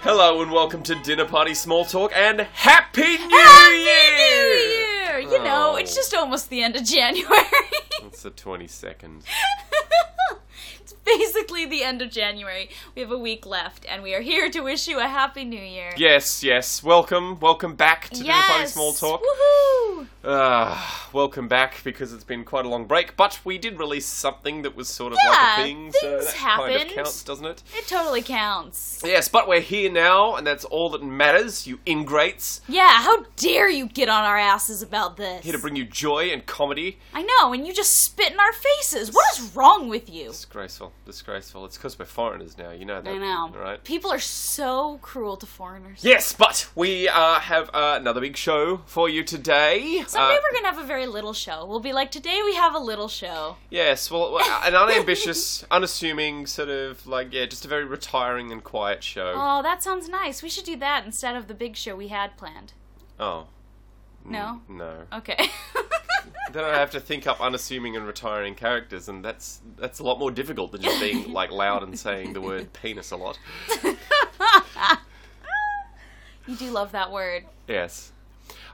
Hello and welcome to Dinner Party Small Talk and Happy New Happy Year! New Year! You know, Oh. it's just almost the end of January. It's the 22nd. it's basically the end of January. We have a week left, and we are here to wish you a happy new year. Yes, yes. Welcome, welcome back to Dinner Party Small Talk. Woohoo! Uh, welcome back because it's been quite a long break, but we did release something that was sort of like a Yeah, thing, so things that kind happened. of counts, doesn't it? It totally counts. Yes, but we're here now, and that's all that matters, you ingrates. Yeah, how dare you get on our asses about this? Here to bring you joy and comedy. I know, and you just spit in our faces. What is wrong with you? Disgraceful, disgraceful. It's because we're foreigners now, you know that. I know. Right? People are so cruel to foreigners. Yes, but we uh, have uh, another big show for you today. Someday Uh, we're gonna have a very little show. We'll be like, today we have a little show. Yes, well, uh, an unambitious, unassuming, sort of like, yeah, just a very retiring and quiet show. Oh, that sounds nice. We should do that instead of the big show we had planned. Oh. No? No. Okay. Then I have to think up unassuming and retiring characters, and that's that's a lot more difficult than just being like loud and saying the word penis a lot. you do love that word. Yes.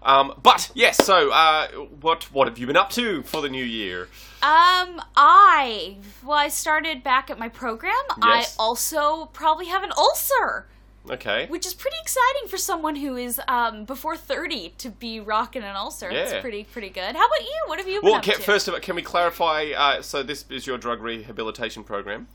Um, but yes, so uh, what what have you been up to for the new year? Um, I well, I started back at my program. Yes. I also probably have an ulcer, Okay. which is pretty exciting for someone who is um before thirty to be rocking an ulcer. It's Yeah. pretty pretty good. How about you? What have you been Well, up can, to? first of all, can we clarify? Uh, so this is your drug rehabilitation program,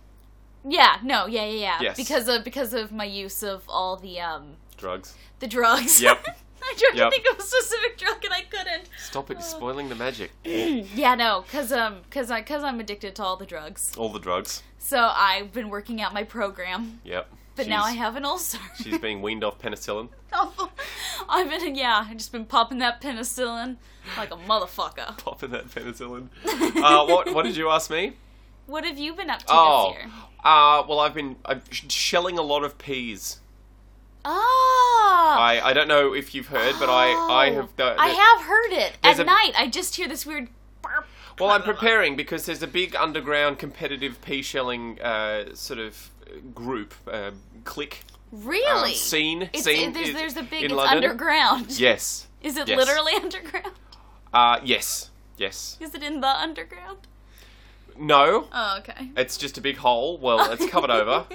yeah, no, yeah, yeah, yeah. Yes. Because of because of my use of all the um drugs. the drugs. Yep. I tried Yep. to think of a specific drug and I couldn't. Stop it! You're spoiling the magic. Yeah, no, cause um, cause I, cause I'm addicted to all the drugs. All the drugs. So I've been working out my program, Yep. but now I have an ulcer. She's being weaned off penicillin. I've been, yeah, I've just been popping that penicillin like a motherfucker. Popping that penicillin. Uh, what What did you ask me? What have you been up to Oh. this year? Uh, well, I've been I'm sh- shelling a lot of peas. Oh, I, I don't know if you've heard, but I, I have. Uh, I have heard it at There's a- night. I just hear this weird. burp. Well, I'm preparing because there's a big underground competitive pea shelling uh, sort of group, uh, click, um, Really? scene. It's, scene it- there's, is- there's a big. in It's London. underground. Yes. Is it yes. literally underground? Uh, yes. Yes. Is it in the underground? No. Oh, okay. It's It's just a big hole. Well, it's covered over.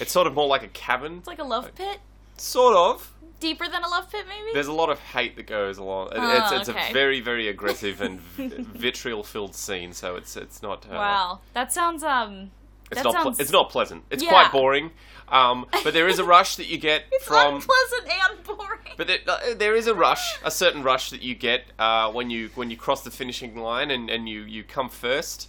It's sort of more like a cavern. like a love pit. Sort of. deeper than a love pit, maybe. There's a lot of hate that goes along. It- Oh, it's it's a okay. very very aggressive and vitriol filled scene. So it's it's not. Uh, wow, that sounds um. It's that not. ple- sounds it's not pleasant. It's Yeah. quite boring. Um, but there is a rush that you get from. unpleasant and boring. But there, uh, there is a rush, a certain rush that you get uh, when you when you cross the finishing line and, and you, you come first,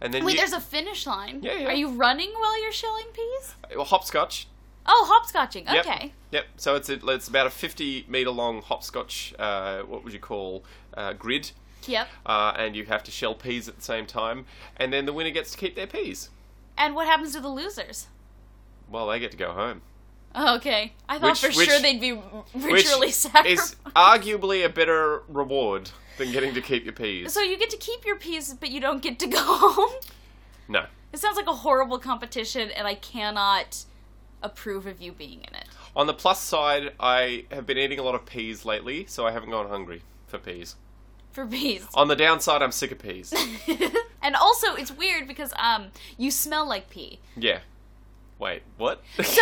and then Wait, you there's a finish line. Yeah, yeah. Are you running while you're shelling peas? well, hopscotch. Oh, hopscotching. Yep. Okay. Yep. So it's a, it's about a fifty meter long hopscotch. Uh, what would you call uh, grid? Yep. Uh, and you have to shell peas at the same time, and then the winner gets to keep their peas. And what happens to the losers? Well, they get to go home. Oh, okay. I thought Which- for which- sure they'd be r- Which ritually sacrificed. is arguably a better reward than getting to keep your peas. So you get to keep your peas, but you don't get to go home. no. It sounds like a horrible competition, and I cannot approve of you being in it. On the plus side, I have been eating a lot of peas lately, so I haven't gone hungry for peas. For peas. On the downside, I'm sick of peas. Oh. and also it's weird because um you smell like pee. yeah. Wait, what? So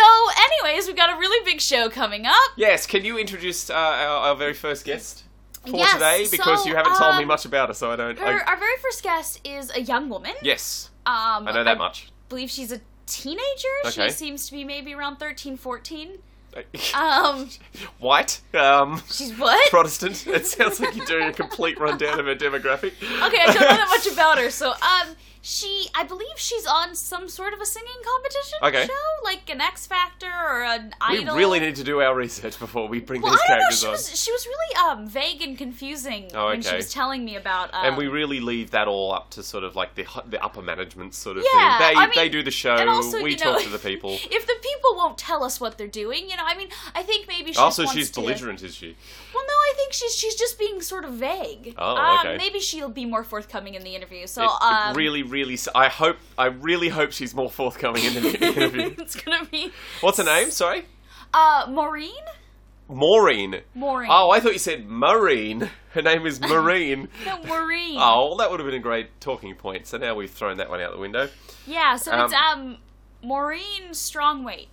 anyways, we've got a really big show coming up. yes, can you introduce uh, our, our very first guest for Yes, today? Because so, you haven't told me um, much about her, so I don't. I- Her, uh, our very first guest is a young woman. yes, Um I know that much. believe she's a teenager. Okay. She seems to be maybe around 13, 14. Uh, Um White, um, she's what? Protestant. It sounds like you're doing a complete rundown of her demographic. okay, I don't know that much about her. So um she I believe she's on some sort of a singing competition Okay. show, like an X Factor or an We Idol. really need to do our research before we bring well, these I don't know. characters She on. was she was really um, vague and confusing Oh, when she okay. was telling me about. Um, and we really leave that all up to sort of like the hu- the upper management sort of Yeah, thing. They I mean, they do the show. and also, we you know, talk to the people. if the people won't tell us what they're doing, you know, I mean, I think maybe she also, just wants she's to- belligerent, is she? Well, no, I think she's she's just being sort of vague. Oh, um, okay. Maybe she'll be more forthcoming in the interview. So, It, it um, really, really. s- I hope. I really hope she's more forthcoming in the interview. it's gonna be What's her name? Sorry. um Uh, Maureen? Maureen. Maureen. Oh, I thought you said Maureen. Her name is Maureen. No, Maureen. oh, that would have been a great talking point. So now we've thrown that one out the window. Yeah, so it's Um, um Maureen Strongwaith.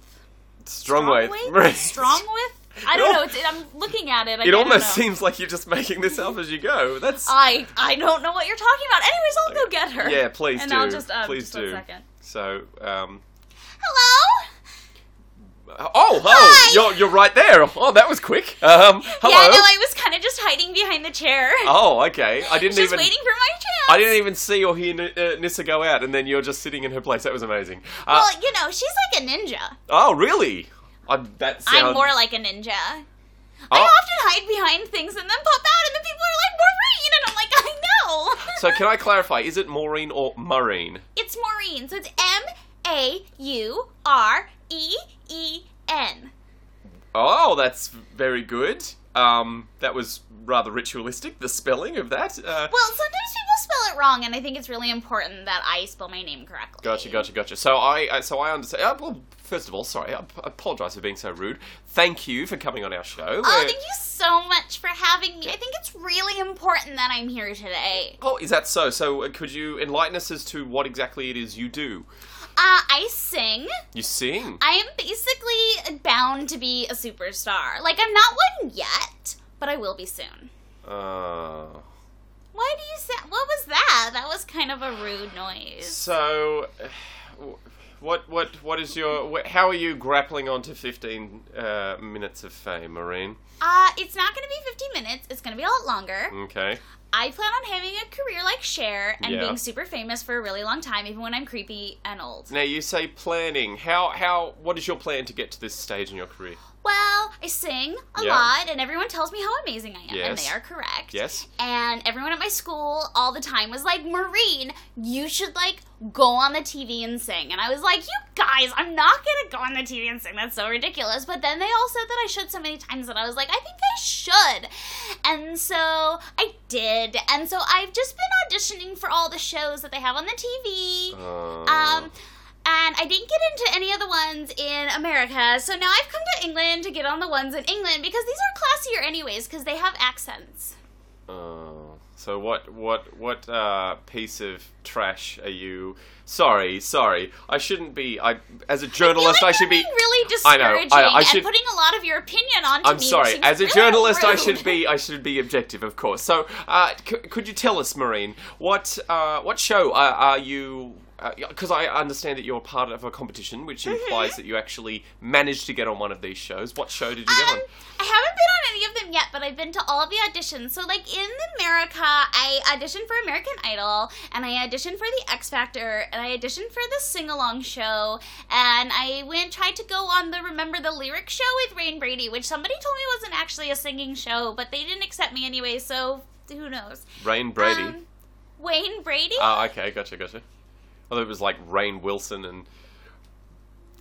Strong way. Strongwaith? I don't know. It's, I'm looking at it. I It don't almost know. seems like you're just making this up as you go. That's I I don't know what you're talking about. Anyways, I'll go get her. yeah. Please and do. I'll just, um, please just one do. second. So, um, Hello. oh, oh, Hi! you're you're right there. Oh, that was quick. Um, hello. Yeah, no, I was kind of just hiding behind the chair, oh, okay. I didn't just even. waiting for my chance. I didn't even see or hear N- uh, Nissa go out, and then you're just sitting in her place. That was amazing. Uh, Well, you know, she's like a ninja. oh, really? I, that sounds. I'm more like a ninja. I Oh. often hide behind things and then pop out, and the people are like Maureen, and I'm like, I know. So can I clarify? Is it Maureen or Maureen? it's Maureen, so it's M A U R E E N. Oh, that's very good. Um, that was rather ritualistic. The spelling of that. Uh, Well, sometimes people spell it wrong, and I think it's really important that I spell my name correctly. Gotcha, gotcha, gotcha. So I, I so I understand. Uh, well, first of all, sorry, I ap- apologise for being so rude. Thank you for coming on our show. Oh, We're- thank you so much for having me. I think it's really important that I'm here today. Oh, is that so? So, uh, could you enlighten us as to what exactly it is you do? Uh, I sing. You sing. I am basically bound to be a superstar. Like, I'm not one yet, but I will be soon. Uh, Why do you say. What was that? That was kind of a rude noise. so, uh, w- what, what, what is your? wh- How are you grappling onto fifteen uh, minutes of fame, Maureen? Uh, it's not gonna be 50 minutes, it's gonna be a lot longer. Okay. I plan on having a career like Cher and Yeah. being super famous for a really long time, even when I'm creepy and old. Now you say planning. How, how, what is your plan to get to this stage in your career? Well, I sing a Yeah. lot, and everyone tells me how amazing I am, and Yes. they are correct. Yes. And everyone at my school all the time was like, Maureen, you should like go on the TV and sing. And I was like, you guys, I'm not gonna go on the TV and sing. That's so ridiculous. But then they all said that I should so many times that I was like, I think I should. And so I did. And so I've just been auditioning for all the shows that they have on the TV. Uh, Um, and I didn't get into any of the ones in America, so now I've come to England to get on the ones in England because these are classier, anyways, because they have accents. Oh, so what what what uh, piece of trash are you? Sorry, sorry. I shouldn't be. I as a journalist, I, feel like should you're be. being really I know, I- I discouraging should- and putting a lot of your opinion onto I'm me. sorry. which is As a really journalist, I rude. should be. I should be objective, of course. So, uh, c- could you tell us, Maureen, what uh, what show are, are you? Because I understand that you're part of a competition, which implies that you actually managed to get on one of these shows. What show did you get Um, on? I haven't been on any of them yet, but I've been to all of the auditions. So, like in America, I auditioned for American Idol, and I auditioned for The X Factor, and I auditioned for the Sing Along Show, and I went tried to go on the Remember the Lyric Show with Rain Brady, which somebody told me wasn't actually a singing show, but they didn't accept me anyway. So who knows? Rain Brady. Um, Wayne Brady. Oh, okay, gotcha, gotcha. I thought it was like Rain Wilson and.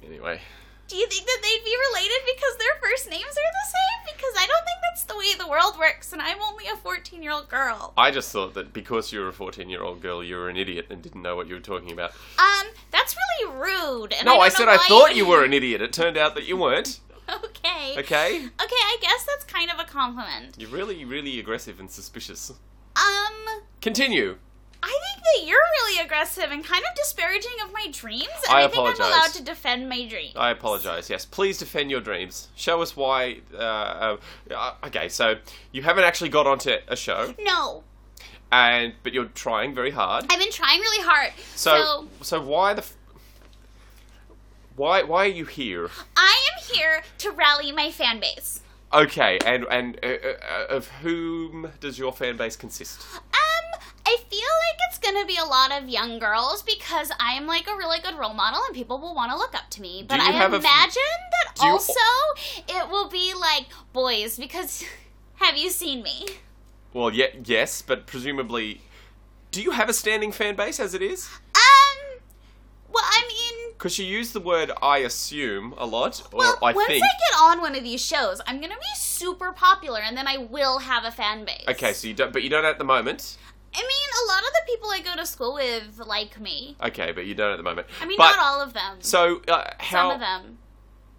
Anyway. Do you think that they'd be related because their first names are the same? Because I don't think that's the way the world works, and I'm only a 14 year old girl. I just thought that because you're a 14 year old girl, you were an idiot and didn't know what you were talking about. Um, that's really rude. And No, I, I, don't said know I why thought would- you were an idiot. It turned out that you weren't. okay. Okay. Okay? I guess that's kind of a compliment. You're really, really aggressive and suspicious. Um, Continue. I think that you're really aggressive and kind of disparaging of my dreams. And I I, think I'm apologize. allowed to defend my dreams. I apologize. Yes, please defend your dreams. Show us why. Uh, uh, okay, so you haven't actually got onto a show, no, and but you're trying very hard. I've been trying really hard. So, so why the? F- why why are you here? I am here to rally my fan base. Okay, and and uh, uh, of whom does your fan base consist? Um, I feel like it's gonna be a lot of young girls because I am like a really good role model and people will want to look up to me. But you I have a imagine f- that Do you- also it will be like boys because have you seen me? Well, ye- yes, but presumably, do you have a standing fan base as it is? Um, well, I mean, Because you use the word "I assume" a lot, or well, I once think. I get on one of these shows, I'm gonna be super popular and then I will have a fan base. okay, so you don't, but you don't at the moment. I mean, a lot of the people I go to school with like me. Okay, but you don't at the moment. I mean, but, not all of them. So uh, how? Some of them.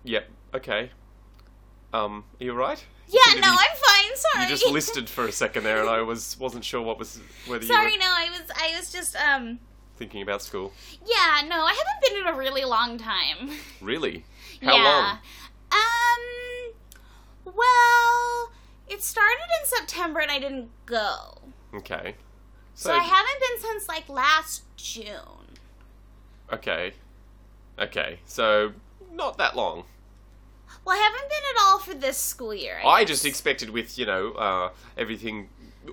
Yep. Okay. Um, are you all right? Yeah, Somebody- no, I'm fine. Sorry. You just listed for a second there, and I was wasn't sure what was whether Sorry, you no, I was I was just um were thinking about school. yeah, no, I haven't been in a really long time. Really? How yeah. long? Um well, it started in September and I didn't go. Okay. So I haven't been since like last June. okay, okay. So not that long. Well, I haven't been at all for this school year. I guess. just expected with you know uh, everything.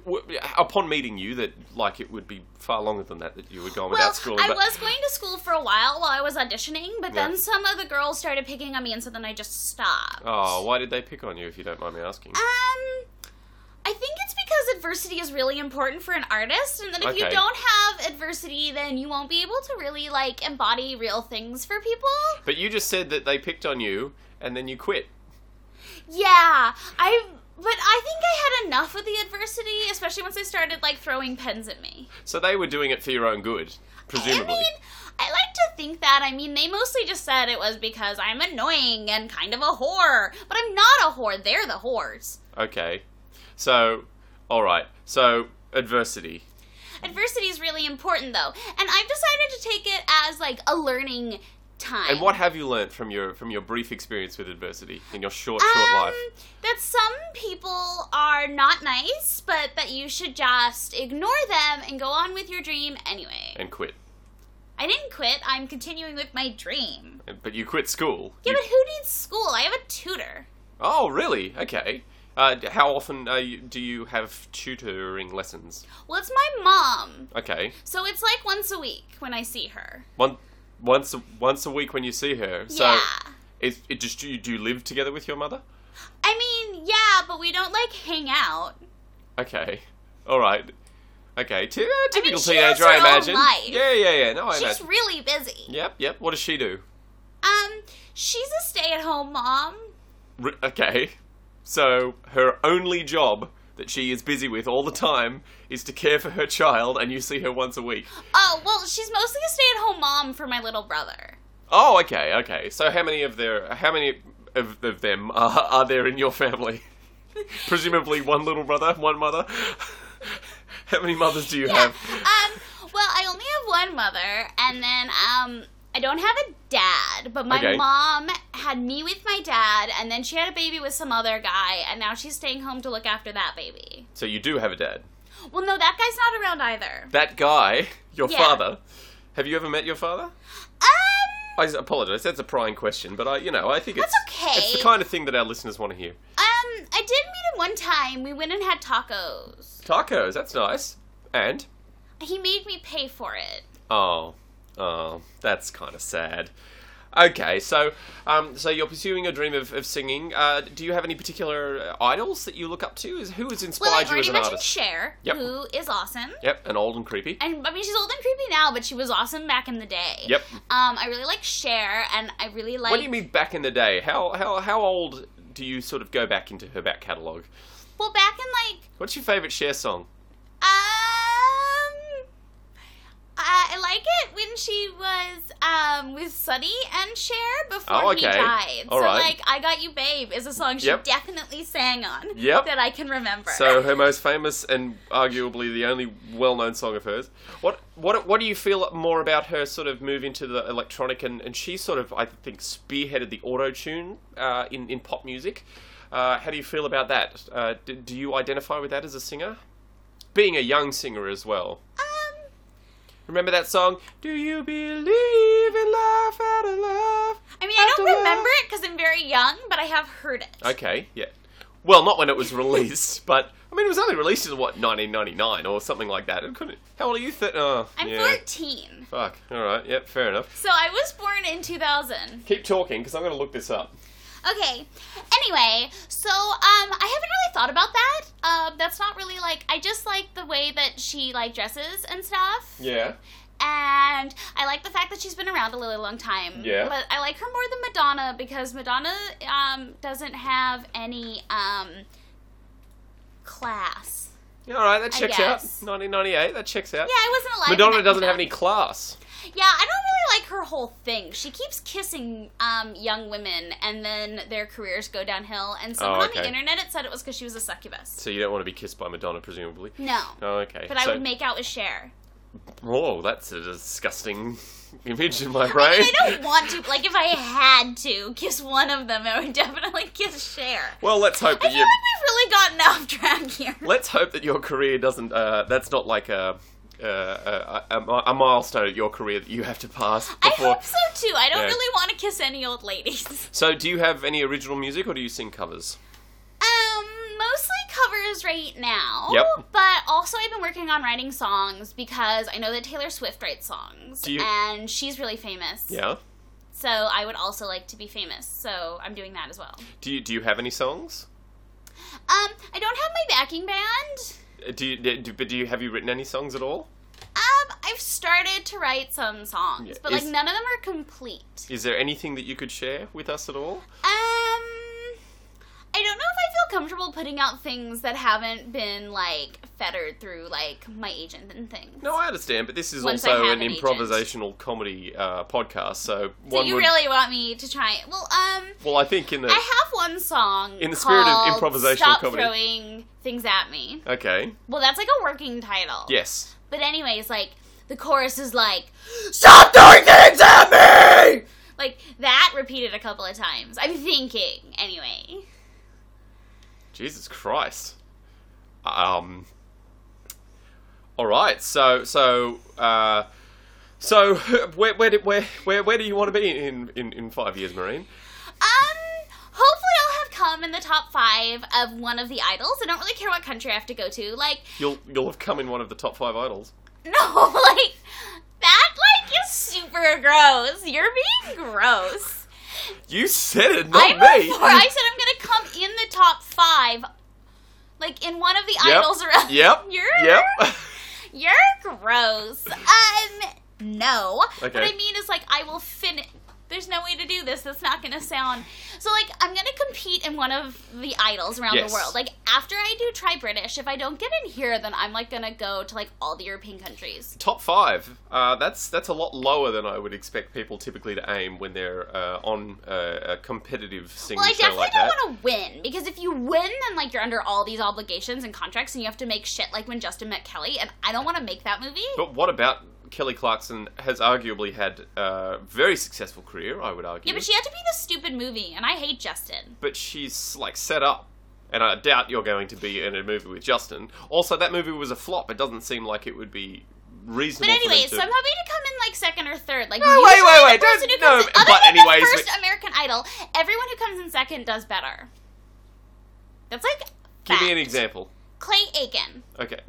W- upon meeting you, that like it would be far longer than that. That you would go on well, without school. I but- was going to school for a while while I was auditioning, but Yeah. then some of the girls started picking on me, and so then I just stopped. Oh, why did they pick on you? If you don't mind me asking. Um, I think it's because adversity is really important for an artist, and that if you Okay. don't have adversity, then you won't be able to really like embody real things for people. But you just said that they picked on you and then you quit. Yeah, I. But I think I had enough of the adversity, especially once they started like throwing pens at me. So they were doing it for your own good, presumably. I mean, I like to think that. I mean, they mostly just said it was because I'm annoying and kind of a whore. But I'm not a whore. They're the whores. okay. So, all right. So, adversity. Adversity is really important, though. And I've decided to take it as, like, a learning time. And what have you learnt from your from your brief experience with adversity in your short short Um, life? that some people are not nice, but that you should just ignore them and go on with your dream anyway. And quit. I didn't quit. I'm continuing with my dream. But you quit school. Yeah, You- but who needs school? I have a tutor. oh, really? Okay. Uh, d- how often are you, do you have tutoring lessons? Well, it's my mom. Okay, So it's like once a week when I see her. one once a- once a week when you see her. So, yeah. is it just do you, do you live together with your mother? I mean, yeah, but we don't like hang out. Okay. All right. Okay. Ty- uh, typical she teenager, has her I own imagine. life. Yeah, yeah, yeah. No, I She's imagine. really busy. Yep, yep. What does she do? Um, she's a stay-at-home mom. R- okay. So her only job that she is busy with all the time is to care for her child, and you see her once a week. Oh, well, she's mostly a stay-at-home mom for my little brother. Oh, okay, okay. So how many of their how many of, of them are, are there in your family? Presumably one little brother, one mother. how many mothers do you Yeah. have? Um, well, I only have one mother, and then um, I don't have a dad. But my Okay. mom had me with my dad, and then she had a baby with some other guy, and now she's staying home to look after that baby. So you do have a dad. Well, no, that guy's not around either. That guy, your Yeah. father. Have you ever met your father? Um, I s- apologize. That's a prying question, but I, you know, I think it's That's okay. It's the kind of thing that our listeners want to hear. Um, I did meet him one time. We went and had tacos. Tacos. That's nice. And He made me pay for it. oh, oh, that's kind of sad. Okay, so um, so you're pursuing your dream of, of singing. Uh, do you have any particular uh, idols that you look up to? Is who has Well, inspired I you already as an mentioned artist? Cher, Yep. who is awesome. Yep, and old and creepy. And I mean, she's old and creepy now, but she was awesome back in the day. Yep. Um, I really like Cher, and I really like. what do you mean back in the day? How how how old do you sort of go back into her back catalogue? Well, back in like, What's your favorite Cher song? um, I I like it when she was um with Sonny and Cher before Oh, he okay. died. All so right. like, I Got You, Babe is a song she Yep. definitely sang on. Yep. That I can remember. So her most famous and arguably the only well-known song of hers. What what what do you feel more about her sort of move into the electronic and, and she sort of I think spearheaded the auto tune uh, in in pop music. Uh, how do you feel about that? Uh, do, do you identify with that as a singer? Being a young singer as well. um. Remember that song? Do you believe in life out of love? I mean, I After don't love? remember it because I'm very young, but I have heard it. Okay, yeah. Well, not when it was released, but I mean, it was only released in what 1999 or something like that. It couldn't. How old are you? Th- oh, I'm yeah. 14. Fuck. All right. Yep. Fair enough. So I was born in 2000. Keep talking because I'm going to look this up. Okay. Anyway, so um, I haven't really thought about that. Um, that's not really like I just like the way that she like dresses and stuff, Yeah. and I like the fact that she's been around a really long time. Yeah. But I like her more than Madonna because Madonna um doesn't have any um class. All right. That checks out. guess. 1998. That checks out. Yeah, I wasn't alive. when Madonna that doesn't came have out. any class. Yeah, I don't really like her whole thing. She keeps kissing um, young women, and then their careers go downhill. And someone on Oh, okay. the internet it said it was because she was a succubus. So you don't want to be kissed by Madonna, presumably. No, Oh, okay. Mm. but I so, would make out with Cher. Oh, that's a disgusting image in my I brain. mean, I don't want to. Like, if I had to kiss one of them, I would definitely kiss Cher. Well, let's hope I that feel you. like we've really gotten off track here. Let's hope that your career doesn't. Uh, that's not like a. Uh, a, a, a milestone at your career that you have to pass I before. hope so too. I don't Yeah. really want to kiss any old ladies. So, do you have any original music or do you sing covers? Um, mostly covers right now. Yep. But also, I've been working on writing songs because I know that Taylor Swift writes songs, Do you- and she's really famous. Yeah. So I would also like to be famous. So I'm doing that as well. Do you do you have any songs? Um, I don't have my backing band. Uh, Do you do, but do you have you written any songs at all? Um, I've started to write some songs, Yeah, but is- like none of them are complete. Is there anything that you could share with us at all? Um, I don't know if I feel comfortable putting out things that haven't been like fettered through like my agent and things. No, I understand, but this is Once I also have an an agent. improvisational comedy uh, podcast, so, So one you would. really want me to try? Well, um, well, I think in the I have one song In the spirit of called improvisational Stop comedy. throwing things at me. okay, Well, that's like a working title. yes, But anyways, like the chorus is like stop doing things at me. like that repeated a couple of times. I'm thinking anyway. Jesus Christ. Um. All right, so so uh, so where where did, where where where do you want to be in in, in five years, Marine? Um, hopefully I'll have come in the top five of one of the idols. I don't really care what country I have to go to. Like, You'll you'll have come in one of the top five idols. no, like that like is super gross. You're being gross. You said it, not I'm me. a four. I said I'm gonna come in the top five. Like in one of the Yep. idols around. Yep. You're Yep. You're gross. Um, no. Okay. What I mean is, like, I will finish. There's no way to do this. That's not going to sound. So, like, I'm going to compete in one of the idols around Yes. the world. Like, after I do try British, if I don't get in here, then I'm, like, going to go to, like, all the European countries. top five. Uh, that's that's a lot lower than I would expect people typically to aim when they're uh, on uh, a competitive singing Well, I show definitely like don't that. want to win because if you win, then like you're under all these obligations and contracts, and you have to make shit like when Justin met Kelly, and I don't want to make that movie. But what about Kelly Clarkson? Has arguably had a very successful career, I would argue. yeah, but she had to be the stupid movie, and I hate Justin. But she's like set up. And I doubt you're going to be in a movie with Justin. Also, that movie was a flop. It doesn't seem like it would be reasonable. But for them to- anyway, so I'm happy to come in like second or third. Like, No, usually wait, wait, the wait, person don't- who comes no, in- other but than anyways, the first American Idol, everyone who comes in second does better. That's like give me fact. an example. Clay Aiken. Okay,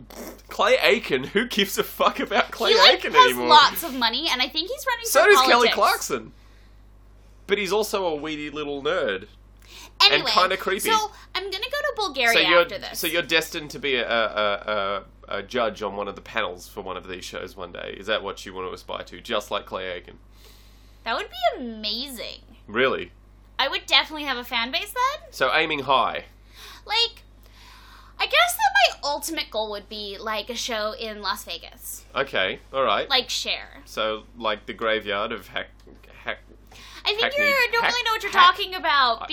Clay Aiken. Who gives a fuck about Clay he like Aiken has anymore? lots of money, and I think he's running. So for does politics. Kelly Clarkson. But he's also a weedy little nerd. Anyway, kinda creepy. So I'm gonna go to Bulgaria So you're after this. so you're destined to be a, a, a, a judge on one of the panels for one of these shows one day. Is that what you want to aspire to? Just like Clay Aiken, that would be amazing. really? I would definitely have a fan base then. So aiming high. Like, I guess that my ultimate goal would be like a show in Las Vegas, Okay, all right. like Cher. so like the graveyard of hack hack. I think you Hackney. don't Hack- really know what you're hack- uh, talking about I-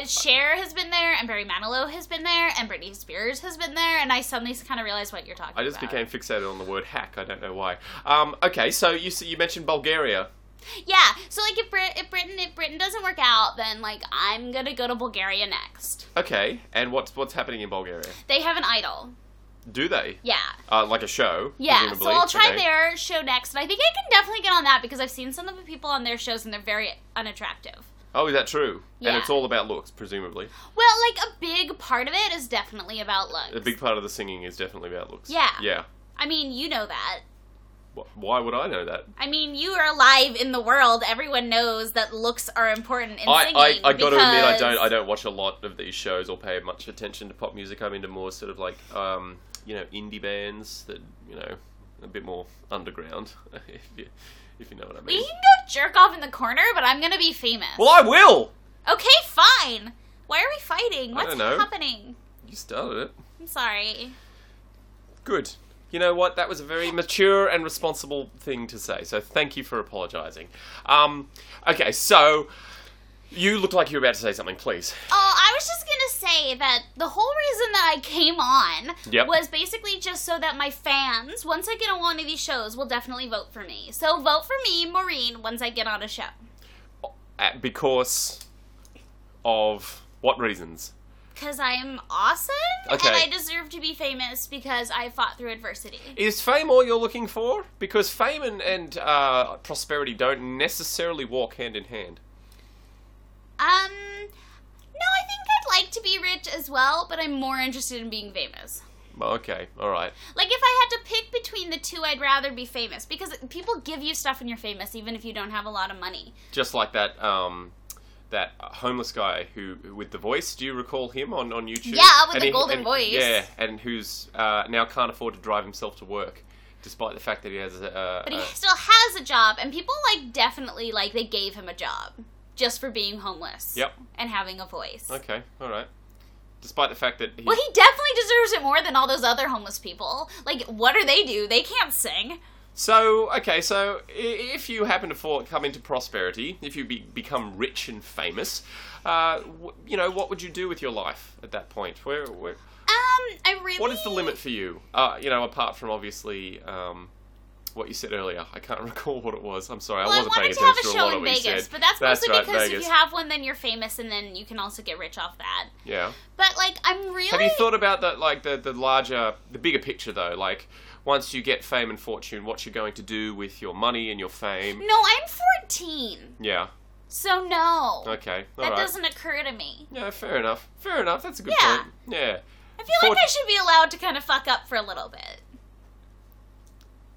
because Cher has been there, and Barry Manilow has been there, and Britney Spears has been there, and I suddenly kind of realized what you're talking about. I just became fixated on the word hack. I don't know why. Um, okay, so you s- you mentioned Bulgaria. Yeah, so like if, Brit- if Britain if Britain doesn't work out, then like I'm gonna go to Bulgaria next. Okay, and what's what's happening in Bulgaria? They have an idol. Do they? Yeah. Uh, like a show. Yeah, presumably. so I'll try Okay. their show next, and I think I can definitely get on that because I've seen some of the people on their shows and they're very unattractive. Oh, is that true? And Yeah. it's all about looks, presumably. Well, like a big part of it is definitely about looks. A big part of the singing is definitely about looks. Yeah. Yeah. I mean, you know that. Wh- Why would I know that? I mean, you are alive in the world. Everyone knows that looks are important in I, singing. I, I got to admit, I because- don't I don't watch a lot of these shows or pay much attention to pop music. I'm into more sort of like um, you know indie bands that you know a bit more underground, if you if you know what I We mean. can go jerk off in the corner, but I'm gonna be famous. Well, I will. okay, fine. Why are we fighting? I What's don't know. happening? You started it. I'm sorry. Good. you know what? That was a very mature and responsible thing to say. So thank you for apologising. Um, okay, so you look like you're about to say something. Please. Oh, I was just gonna say that the whole reason that I came on Yep. was basically just so that my fans, once I get on one of these shows, will definitely vote for me. So vote for me, Maureen, once I get on a show. Uh, because of what reasons? Because I'm awesome Okay. and I deserve to be famous because I fought through adversity. Is fame all you're looking for? Because fame and, and uh, prosperity don't necessarily walk hand in hand. Um, no, I think I'd like to be rich as well, but I'm more interested in being famous. Well, okay, all right. Like, if I had to pick between the two, I'd rather be famous because people give you stuff when you're famous, even if you don't have a lot of money. Just like that um, that homeless guy who with the voice. Do you recall him on, on YouTube? Yeah, with the golden and- voice. Yeah, and who's uh, now can't afford to drive himself to work, despite the fact that he has a. a, But he a still has a job, and people, like, definitely, like, they gave him a job just for being homeless. Yep. And having a voice. okay, all right. Despite the fact that he, Well, he definitely deserves it more than all those other homeless people. Like, what do they do? They can't sing. So okay, so i- if you happen to fall, come into prosperity, if you be, become rich and famous, uh, w- you know what would you do with your life at that point? Where, where Um, I really. what is the limit for you? Uh, you know, apart from obviously um, what you said earlier, I can't recall what it was. I'm sorry, I Well, I wasn't paying wanted to have a attention to a show lot of in what you Vegas, said. but that's mostly right, because Vegas. if you have one, then you're famous, and then you can also get rich off that. yeah. But like, I'm really Have you thought about that, like the the larger, the bigger picture though? Like once you get fame and fortune, what you're going to do with your money and your fame? no, I'm 14, Yeah. so no, Okay. All that right. doesn't occur to me. Yeah, fair enough. Fair enough. That's a good Yeah. point. Yeah. I feel like Fort- I should be allowed to kind of fuck up for a little bit.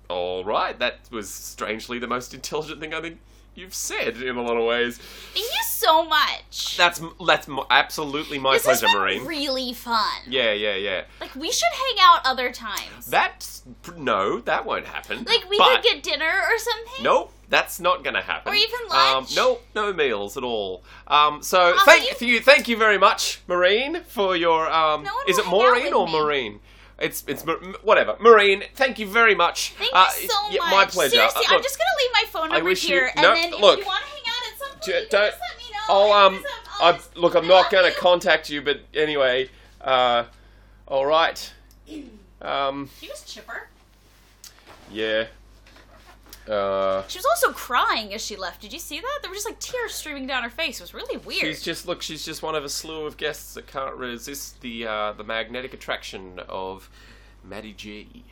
All right. That was strangely the most intelligent thing I think you've said in a lot of ways. Thank you so much. That's m- that's m- absolutely my this pleasure, has been Marine. really fun. yeah, yeah, yeah. Like we should hang out other times. That's no, that won't happen. like we but, could get dinner or something. Nope, that's not going to happen. Or even Um, lunch? nope, no meals at all. Um, so Oh, thank you- you, thank you very much, Marine, for your. Um, No one is will it hang out Maureen with or me. Marine? It's it's Mar- m- whatever. Marine, thank you very much. Thank Uh, you so yeah, much. My pleasure. Uh, Seriously, I'm look, just gonna leave my phone I number wish you- here, no, and then look. if you want to hang out at some point, J- you can don't- just let me know. I'll um, because I'm I always- look. I'm I not love going you. to contact you, but anyway, uh, all right. Um, She was chipper. yeah. Uh, She was also crying as she left. Did you see that? There were just like tears streaming down her face. It was really weird. she's just look. She's just one of a slew of guests that can't resist the uh, the magnetic attraction of Maddie G.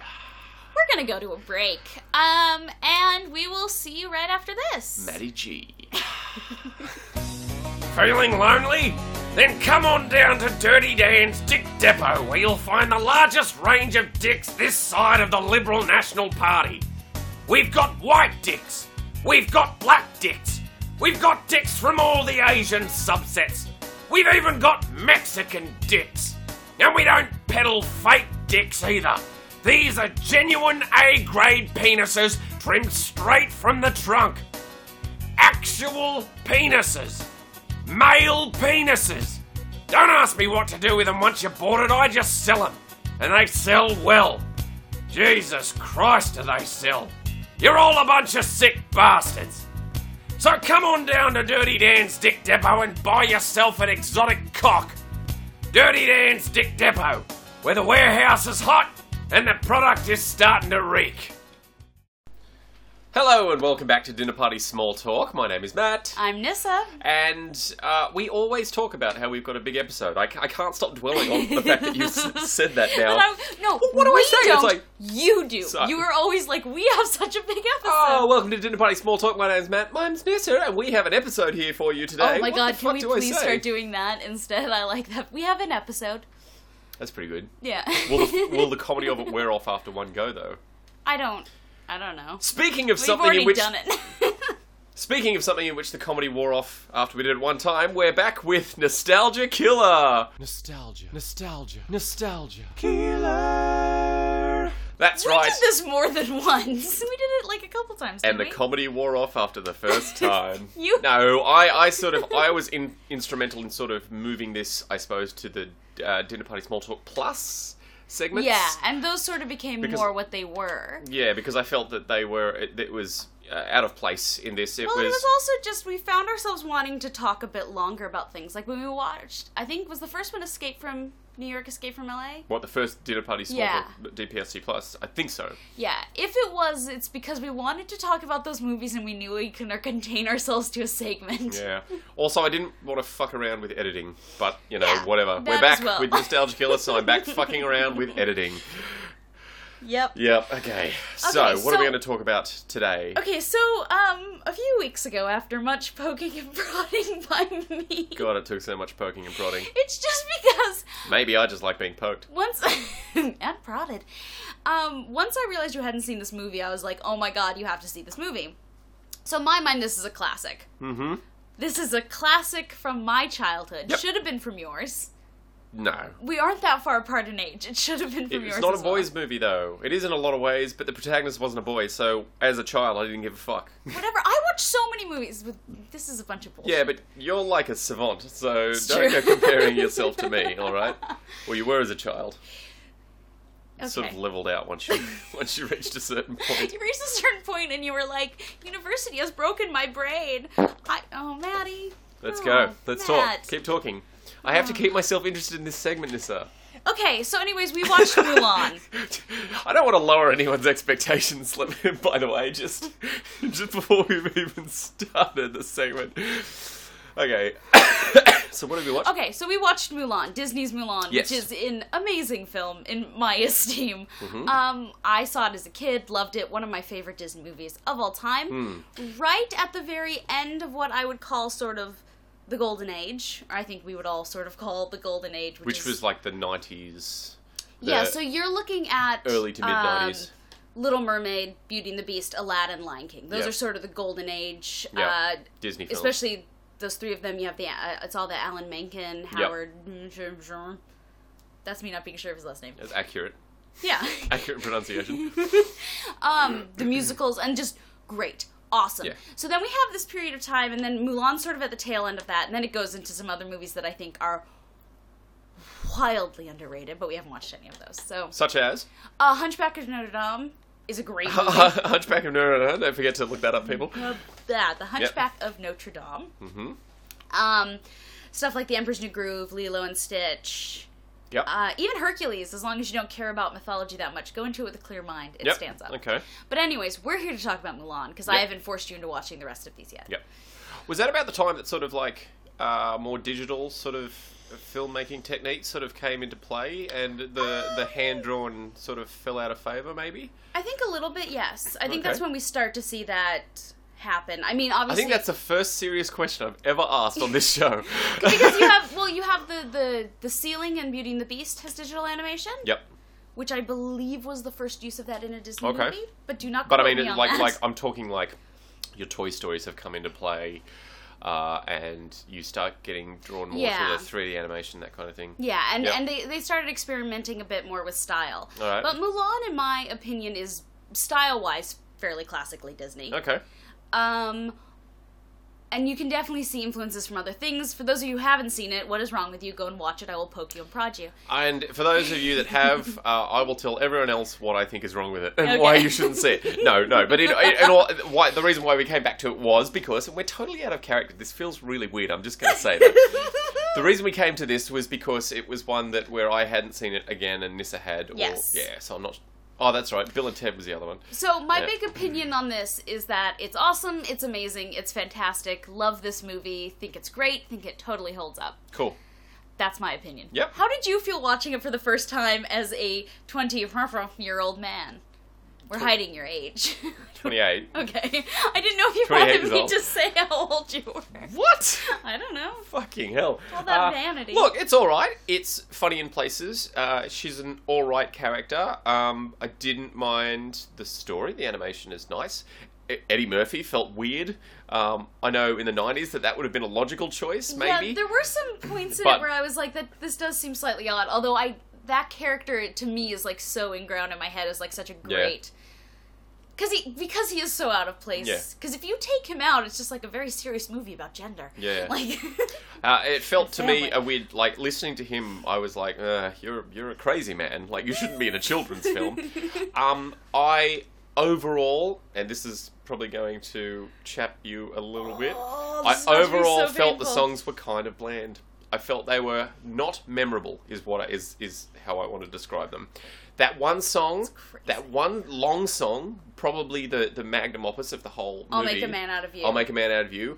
We're gonna go to a break. Um, and we will see you right after this. Maddie G. Feeling lonely? Then come on down to Dirty Dan's Dick Depot, where you'll find the largest range of dicks this side of the Liberal National Party. We've got white dicks. We've got black dicks. We've got dicks from all the Asian subsets. We've even got Mexican dicks. And we don't peddle fake dicks either. These are genuine A grade penises trimmed straight from the trunk. Actual penises. Male penises. Don't ask me what to do with them once you bought it, I just sell them. And they sell well. Jesus Christ, do they sell? You're all a bunch of sick bastards. So come on down to Dirty Dan's Dick Depot and buy yourself an exotic cock. Dirty Dan's Dick Depot, where the warehouse is hot and the product is starting to reek. Hello and welcome back to Dinner Party Small Talk. My name is Matt. I'm Nissa. And uh, we always talk about how we've got a big episode. I, ca- I can't stop dwelling on the fact that you s- said that now. But I'm- no, Well, what do I we say? It's Don't, like- you do. So- you are always like, we have such a big episode. Oh, welcome to Dinner Party Small Talk. My name's Matt. My name's Nissa, and we have an episode here for you today. Oh my What god, the can fuck we do I please say? start doing that instead? I like that. We have an episode. That's pretty good. Yeah. Will the, will the comedy of it wear off after one go, though? I don't. I don't know. Speaking of We've something already in which done it. speaking of something in which the comedy wore off after we did it one time, we're back with Nostalgia Killer. Nostalgia. Nostalgia. Nostalgia. Killer. That's we right. did this more than once. We did it like a couple times. and the didn't we? comedy wore off after the first time. You- No, I, I sort of, I was in, instrumental in sort of moving this, I suppose, to the uh, dinner party small talk plus segments. yeah, and those sort of became Because- more what they were. Yeah, because I felt that they were it, it was uh, out of place in this. It Well, was. it was also just we found ourselves wanting to talk a bit longer about things. Like when we watched, I think was the first one Escape from New York, Escape from LA. what the first dinner party small Yeah. book, DPSC plus? I think so. Yeah, if it was, it's because we wanted to talk about those movies and we knew we couldn't contain ourselves to a segment. Yeah. Also, I didn't want to fuck around with editing, but you know, Yeah, whatever. We're that back as well. with Nostalgia Killer, so I'm back fucking around with editing. Yep. Yep. Okay. so, Okay, what are we so- going to talk about today? Okay, so um, a few weeks ago, after much poking and prodding by me, God, it took so much poking and prodding. it's just because Maybe I just like being poked. once and prodded, um, once I realized you hadn't seen this movie, I was like, oh my god, you have to see this movie. So in my mind, this is a classic. Mm-hmm. This is a classic from my childhood. Yep. Should have been from yours. No. We aren't that far apart in age. It should have been from yours. It's not a as well. boys' movie though. It is in a lot of ways, but the protagonist wasn't a boy, so as a child, I didn't give a fuck. Whatever. I watch so many movies. With, this is a bunch of bullshit. yeah, but you're like a savant, so don't go true. comparing yourself to me. All right? Well, you were as a child. okay. Sort of leveled out once you once you reached a certain point. you reached a certain point and you were like, "University has broken my brain." I, oh, Maddie. Let's Oh, go. Let's Matt. Oh. talk. Keep talking. I have to keep myself interested in this segment, Nissa. Okay, so anyways, we watched Mulan. I don't want to lower anyone's expectations. let me- By the way, just just before we've even started the segment. Okay. so what have we watched? Okay, so we watched Mulan, Disney's Mulan, Yes. which is an amazing film in my esteem. Mm-hmm. Um, I saw it as a kid, loved it, one of my favorite Disney movies of all time. Hmm. Right at the very end of what I would call sort of the golden age, or I think we would all sort of call the golden age, which, Which is, was like the nineties. yeah. So you're looking at early to mid nineties. um, Little Mermaid, Beauty and the Beast, Aladdin, Lion King. Those Yeah. are sort of the golden age. Yeah. Uh, Disney films. especially those three of them. You have the uh, it's all the Alan Menken, Howard. Mm-hmm. That's me not being sure of his last name. That's accurate. Yeah, Accurate pronunciation. um, the musicals and just great, awesome. Yeah. So then we have this period of time, and then Mulan's sort of at the tail end of that, and then it goes into some other movies that I think are wildly underrated, but we haven't watched any of those. So, Such as uh, Hunchback of Notre Dame is a great movie. Hunchback of Notre Dame. Don't forget to look that up, people. Uh, yeah, the Hunchback of Notre Dame. Mhm. Um, stuff like The Emperor's New Groove, Lilo and Stitch, Yep. uh, even Hercules. As long as you don't care about mythology that much, go into it with a clear mind. It yep. stands up. Okay. But anyways, we're here to talk about Mulan because I Yep. haven't forced you into watching the rest of these yet. Yep. Was that about the time that sort of like uh, more digital sort of filmmaking techniques sort of came into play and the the hand drawn sort of fell out of favor maybe? I think a little bit, yes. I think Okay. that's when we start to see that happen. I mean, I obviously, think that's the first serious question I've ever asked on this show. because you have well, you have the the the ceiling in Beauty and the Beast has digital animation. Yep. which I believe was the first use of that in a Disney Okay. movie. But do not. But I quote mean, me it, on like, that. like I'm talking like your Toy Stories have come into play, uh, and you start getting drawn more Yeah. to the 3D animation, that kind of thing. yeah, and Yeah. and they they started experimenting a bit more with style. All right. But Mulan, in my opinion, is style wise fairly classically Disney. Okay. Um. And you can definitely see influences from other things. For those of you who haven't seen it, what is wrong with you? Go and watch it. I will poke you and prod you. And for those of you that have, uh, I will tell everyone else what I think is wrong with it and why Okay. you shouldn't see it. No, no, but it, it, it all, why, the reason why we came back to it was because, and we're totally out of character. This feels really weird. I'm just going to say that. The reason we came to this was because it was one that where I hadn't seen it again and Nissa had. Or, Yes. Yeah, so I'm not. Oh, that's right. Bill and Ted was the other one. So my Yeah. big opinion on this is that it's awesome, it's amazing, it's fantastic. Love this movie. Think it's great. Think it totally holds up. Cool. That's my opinion. Yep. How did you feel watching it for the first time as a 20 year old man? We're hiding your age. 28. okay. I didn't know if you 28 wanted is me old. to say how old you were. What? I don't know. Fucking hell. Uh, All that vanity. Look, it's all right. It's funny in places. Uh, she's an all right character. Um, I didn't mind the story. The animation is nice. E- Eddie Murphy felt weird. Um, I know in the 90s that that would have been a logical choice, maybe. Yeah, there were some points in But- it where I was like, that this does seem slightly odd. Although I that character to me is like so ingrown in my head as like such a great Because he because he is so out of place. Yeah. Because if you take him out, it's just like a very serious movie about gender. Yeah. Like. Uh, it felt to me Family. a weird, like listening to him. I was like, uh, "You're you're a crazy man. Like you shouldn't be in a children's film." Um, I overall, and this is probably going to chap you a little bit. Oh, I this is about to be overall so felt the painful. songs were kind of bland. I felt they were not memorable. Is what I, is is how I want to describe them. That one song, crazy. that one long song, probably the the magnum opus of the whole. I'll movie. make a man out of you. I'll make a man out of you.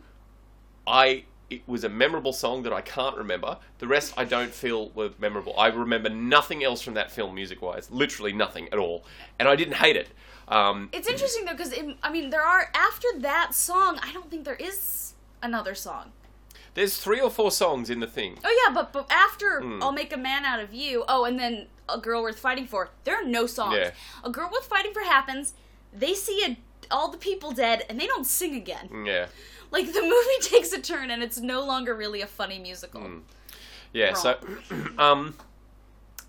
I it was a memorable song that I can't remember. The rest I don't feel were memorable. I remember nothing else from that film music wise, literally nothing at all, and I didn't hate it. Um, It's interesting though, because I mean, there are after that song. I don't think there is another song. there's three or four songs in the thing. Oh yeah, but but after Hmm. I'll make a man out of you. Oh, and then a girl worth fighting for. There are no songs. Yeah. A girl worth fighting for happens. They see a, all the people dead, and they don't sing again. Yeah, Like the movie takes a turn, and it's no longer really a funny musical. Hmm. yeah. So, um,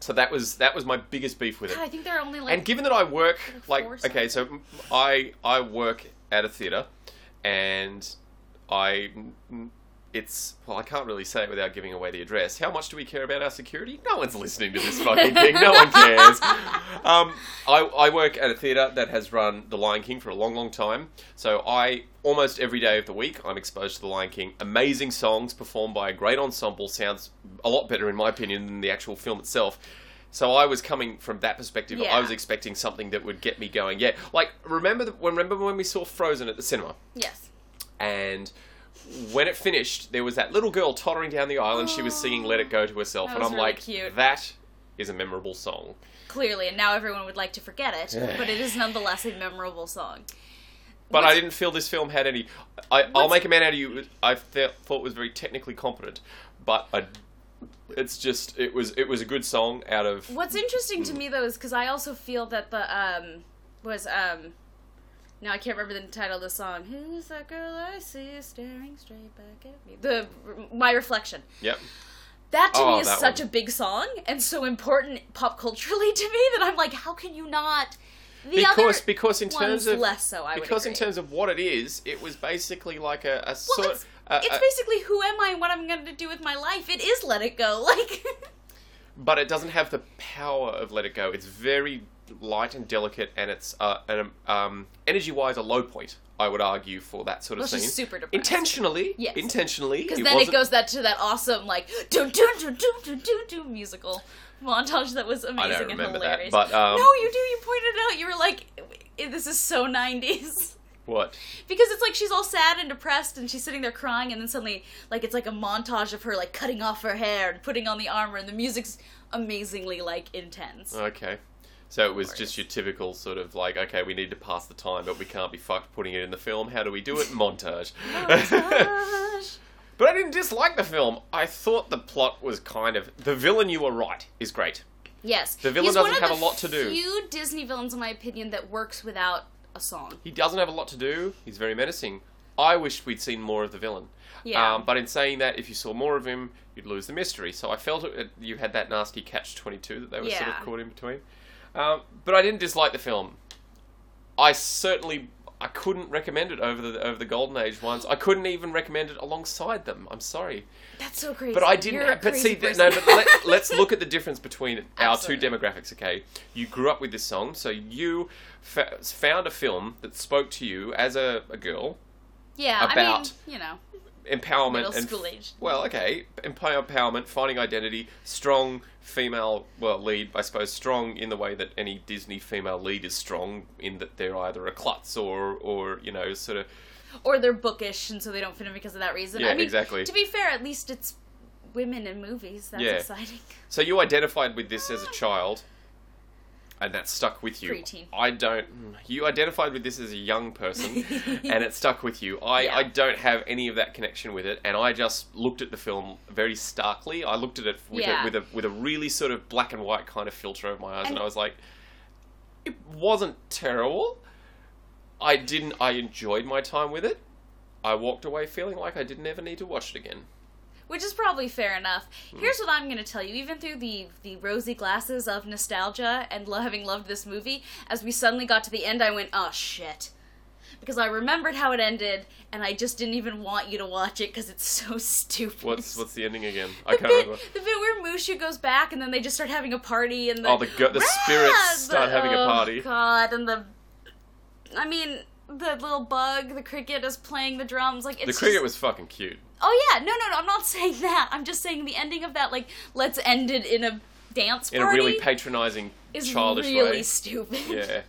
so that was that was my biggest beef with it. God, I think there are only like and given that I work like force okay, so m- I I work at a theater, and I it's well I can't really say it without giving away the address. How much do we care about our security? No one's listening to this fucking thing. No one cares. Um, I I work at a theater that has run The Lion King for a long long time. So I almost every day of the week I'm exposed to The Lion King. Amazing songs performed by a great ensemble sounds a lot better in my opinion than the actual film itself. So I was coming from that perspective. I Yeah. was expecting something that would get me going. Yeah, like remember the, when remember when we saw Frozen at the cinema, yes. and when it finished, there was that little girl tottering down the aisle, and she was singing "Let It Go" to herself, That and was I'm really like, cute. that is a memorable song. Clearly, and now everyone would like to forget it, but it is nonetheless a memorable song. But I What's- didn't feel this film had any. I, I'll What's- make a man out of you. I th- thought was very technically competent, but I, it's just it was it was a good song out of What's interesting to me though is because I also feel that the um was um now I can't remember the title of the song. Who's that girl I see staring straight back at me? The my reflection. yep. That to Oh, me is that such one. a big song and so important pop culturally to me that I'm like, how can you not? The because other because in terms ones of less so. I would because in agree. terms of what it is, it was basically like a, a well, sort. it's, a- it's a- basically who am I and what I'm going to do with my life. It is let it go. Like but it doesn't have the power of Let It Go. It's very light and delicate, and it's uh, an, um, energy-wise a low point. I would argue for that sort of Well, scene. she's super depressed. Intentionally, Yes. intentionally. Because then it wasn't- goes that to that awesome like do do do do do do do musical montage that was amazing remember and that, hilarious. but, um, no, you do. You pointed it out. You were like, "I- "This is so '90s." What? Because it's like she's all sad and depressed, and she's sitting there crying, and then suddenly, like, it's like a montage of her like cutting off her hair and putting on the armor, and the music's amazingly like intense. Okay. So it was just your typical sort of like, okay, we need to pass the time, but we can't be fucked putting it in the film. How do we do it? Montage. Montage. But I didn't dislike the film. I thought the plot was kind of the villain. You were right. Is great. yes, The villain He's one doesn't of have a the lot to do. Few Disney villains, in my opinion, that works without a song. He doesn't have a lot to do. He's very menacing. I wish we'd seen more of the villain. Yeah. Um, but in saying that, if you saw more of him, you'd lose the mystery. So I felt it, you had that nasty catch twenty two that they were sort Yeah. of caught in between. Um, but I didn't dislike the film. I certainly I couldn't recommend it over the over the Golden Age ones. I couldn't even recommend it alongside them. I'm sorry. That's so crazy. But I didn't. You're a ha- but crazy see, th- no. person. But let, let's look at the difference between our two Absolutely. demographics. Okay, you grew up with this song, so you fa- found a film that spoke to you as a, a girl, Yeah, about- I mean, you know, empowerment, Middle and school age. Well, okay, empower- empowerment, finding identity, strong female well lead. I suppose strong in the way that any Disney female lead is strong in that they're either a klutz or or you know sort of or they're bookish, and so they don't fit in because of that reason. Yeah, I mean, exactly. To be fair, at least it's women in movies. That's Yeah. exciting. So you identified with this as a child, and that stuck with you. Preteen. I don't. You identified with this as a young person, and it stuck with you. I, Yeah. I don't have any of that connection with it, and I just looked at the film very starkly. I looked at it with, Yeah. a, with a with a really sort of black and white kind of filter over my eyes, and, And- I was like, it wasn't terrible. I didn't. I enjoyed my time with it. I walked away feeling like I didn't ever need to watch it again. which is probably fair enough. Mm-hmm. Here's what I'm going to tell you, even through the the rosy glasses of nostalgia and lo- having loved this movie, as we suddenly got to the end, I went, "Oh shit." Because I remembered how it ended, and I just didn't even want you to watch it because it's so stupid. What's what's the ending again? I the can't bit, remember. the bit where Mushu goes back, and then they just start having a party, and the Oh, the go- the spirits start having a oh, party. God, and the, I mean, the little bug, the cricket is playing the drums. Like it's The cricket just- was fucking cute. Oh yeah, no, no, no. I'm not saying that. I'm just saying the ending of that, like, let's end it in a dance In a party. really patronizing, is childish really way. stupid. Yeah.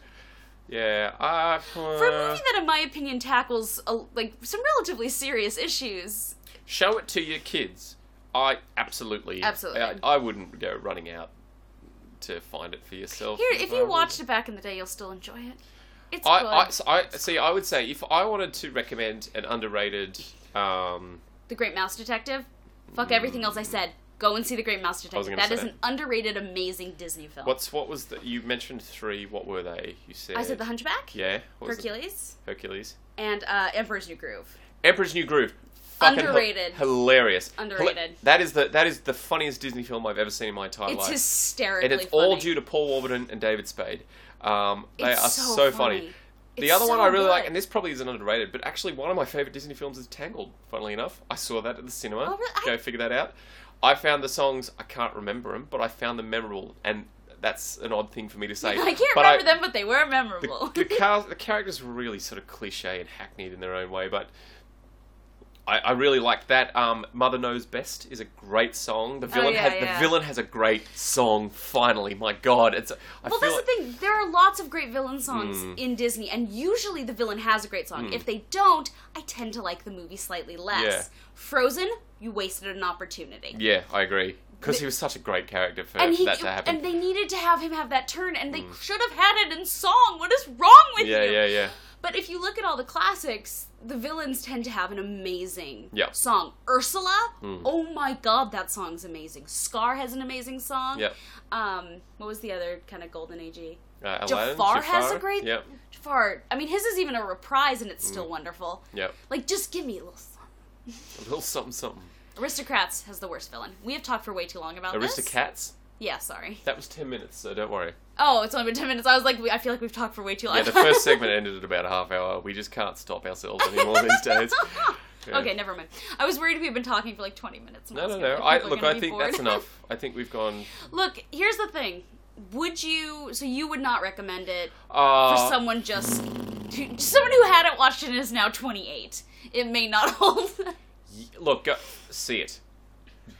Yeah. Uh, For a movie that, in my opinion, tackles a, like some relatively serious issues. show it to your kids. I absolutely. Absolutely. I, I wouldn't go running out to find it for yourself. Here, if I you would. watched it back in the day, you'll still enjoy it. It's I, good. I, so I- see. I would say if I wanted to recommend an underrated, um, The Great Mouse Detective. Fuck everything else I said. Go and see The Great Mouse Detective. gonna That is say. an underrated, amazing Disney film. what's what was the you mentioned three? What were they? You said. I said The Hunchback, Yeah. what was it? Hercules, Hercules. and uh, Emperor's New Groove. Emperor's New Groove. Fucking hi- Underrated. hilarious. Hila- Underrated. that is the that is the funniest Disney film I've ever seen in my entire It's life. hysterically and it's funny. all due to Paul Warburton and David Spade. Um, they It's are so so, funny. funny. The It's other one so I really good. like, and this probably isn't underrated, but actually one of my favorite Disney films is Tangled. Funnily enough, I saw that at the cinema. Oh, really? I- Go figure that out. I found the songs I can't remember them, but I found them memorable, and that's an odd thing for me to say. I can't but remember them, but they were memorable. the, the, car, the characters were really sort of cliche and hackneyed in their own way, but I, I really liked that. Um, Mother Knows Best is a great song. The villain Oh, yeah, has yeah. the villain has a great song. Finally, my God, it's. I well, feel that's like- the thing. There are lots of great villain songs Hmm. in Disney, and usually the villain has a great song. If they don't, I tend to like the movie slightly less. Yeah. Frozen, you wasted an opportunity. Yeah, I agree. Because he was such a great character for and he that to happen. Mm. and they needed to have him have that turn and they should have had it in song what is wrong with yeah, you yeah, yeah. but if you look at all the classics the villains tend to have an amazing Yeah. Mm. song ursula oh my god that song's amazing scar has an amazing song Yeah. um what was the other kind of golden agey Uh, jafar, Aladdin, has a great Yep, jafar i mean his is even a reprise and Mm. it's still wonderful yep. like just give me a little song A little something, something. aristocrats has the worst villain we have talked for way too long about this Aristocats? yeah sorry That was 10 minutes, so don't worry. Oh, it's only been ten minutes. I was like, we- I feel like we've talked for way too long. Yeah, the first segment ended at about a half hour. We just can't stop ourselves anymore these days. Yeah. Okay, never mind. I was worried we've been talking for like twenty minutes. and No, no, was no. gonna- I people are look. gonna I be think bored. that's enough. I think we've gone. Look, here's the thing. Would you? So you would not recommend it for Uh, someone just who- someone who hadn't watched it and is now twenty eight. It may not hold. y- look, go, see it.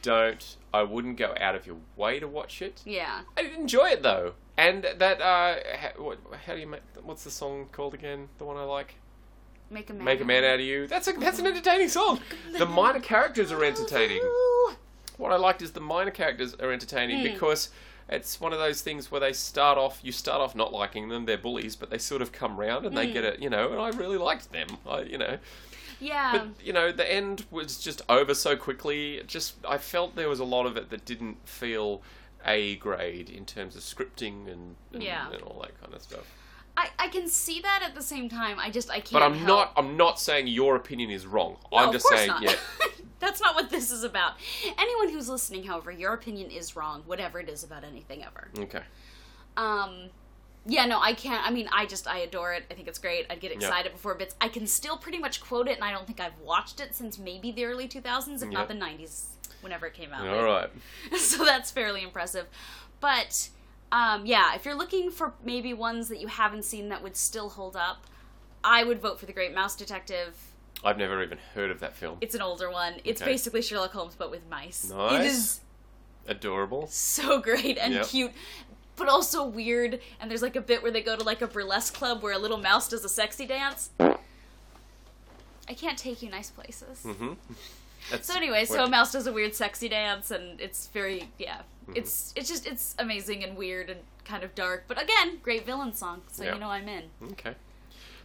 Don't. I wouldn't go out of your way to watch it. yeah. I enjoy it though, and that. Uh, how, what, how do you make? What's the song called again? The one I like. Make a man. Make a man out of you. That's a that's an entertaining song. The minor characters are entertaining. Ooh. What I liked is the minor characters are entertaining because it's one of those things where they start off. You start off not liking them. They're bullies, but they sort of come round and they get it. You know, and I really liked them. I, you know. Yeah. But you know, the end was just over so quickly. It Just I felt there was a lot of it that didn't feel A grade in terms of scripting and and, Yeah. and all that kind of stuff. I, I can see that at the same time. I just I can't. But I'm help. not I'm not saying your opinion is wrong. No, I'm of just course saying not. yeah. That's not what this is about. Anyone who's listening, however, your opinion is wrong, whatever it is about anything ever. Okay. Mm. Um, yeah, no, I can't. I mean, I just, I adore it. I think it's great. I'd get excited before bits. I can still pretty much quote it, and I don't think I've watched it since maybe the early 2000s, if Yep. not the 90s, whenever it came out. All right. so that's fairly impressive. But, um, yeah, if you're looking for maybe ones that you haven't seen that would still hold up, I would vote for The Great Mouse Detective. I've never even heard of that film. It's an older one. It's Okay. basically Sherlock Holmes, but with mice. It Nice. is Adorable. so great and Yep. cute, but also weird. And there's like a bit where they go to like a burlesque club where a little mouse does a sexy dance. I can't take you nice places. Mm-hmm. That's So anyway, so where- a mouse does a weird sexy dance, and it's very yeah. Mm-hmm. It's it's just it's amazing and weird and kind of dark, but again, great villain song. So Yeah. you know I'm in. Okay.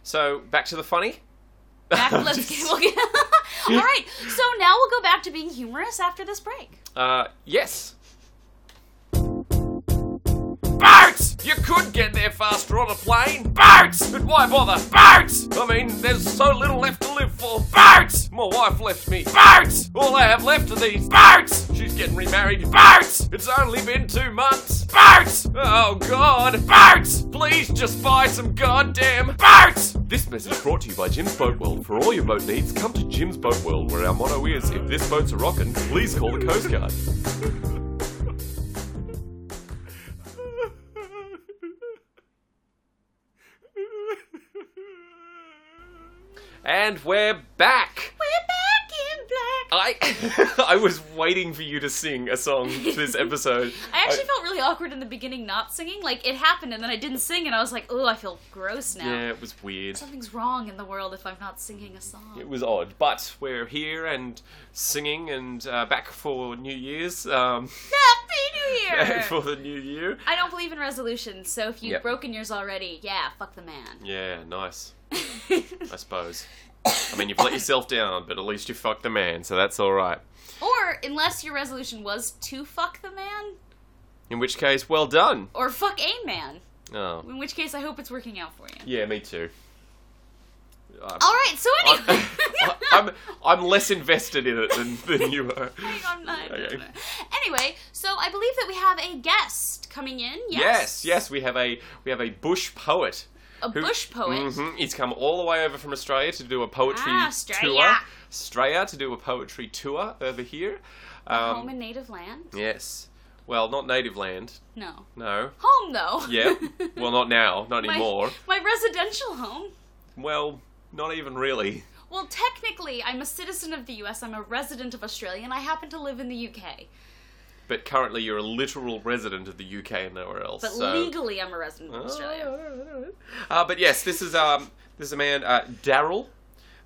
So back to the funny. Back, let's get, we'll get all right. So now we'll go back to being humorous after this break. Uh yes. Birds! You could get there faster on a plane. Boats! But why bother? Boats! I mean, there's so little left to live for. Boats! My wife left me. Boats! All I have left are these. Boats! She's getting remarried. Boats! It's only been two months. Boats! Oh god. Boats! Please just buy some goddamn boats! This message brought to you by Jim's Boat World. For all your boat needs, come to Jim's Boat World, where our motto is if this boat's a rockin', please call the Coast Guard. And we're back. We're back in black. I I was waiting for you to sing a song for this episode. I actually felt really awkward in the beginning not singing. Like, it happened and then I didn't sing and I was like, oh, I feel gross now. yeah, it was weird. Something's wrong in the world if I'm not singing a song. It was odd, but we're here and singing and uh, back for New Year's. Um, Happy New Year! for the new year. I don't believe in resolutions, so if you've Yep. broken yours already, yeah, fuck the man. Yeah, nice. I suppose. I mean, you've let yourself down, but at least you fucked the man, so that's all right. or unless your resolution was to fuck the man In which case, well done. or fuck a man, Oh, in which case I hope it's working out for you. yeah, me too. I- All right, so anyway, I- Uh, I'm I'm less invested in it than, than you are. I'm not- Okay. Anyway, so I believe that we have a guest coming in. Yes, Yes, yes, we have a we have a bush poet. a bush poet. hmm he's come all the way over from Australia to do a poetry Ah, tour. Australia. Australia to do a poetry tour over here. Um, Home and native land? yes. Well, not native land. No. No. Home though. Yeah. well, not now. Not my, anymore. My residential home. Well, not even really. Well, technically, I'm a citizen of the U.S. I'm a resident of Australia, and I happen to live in the U.K. But currently, you're a literal resident of the UK and nowhere else. But so. Ah. Oh, legally, I'm a resident of Australia. Uh, but yes, this is um, this is a man, uh, Daryl.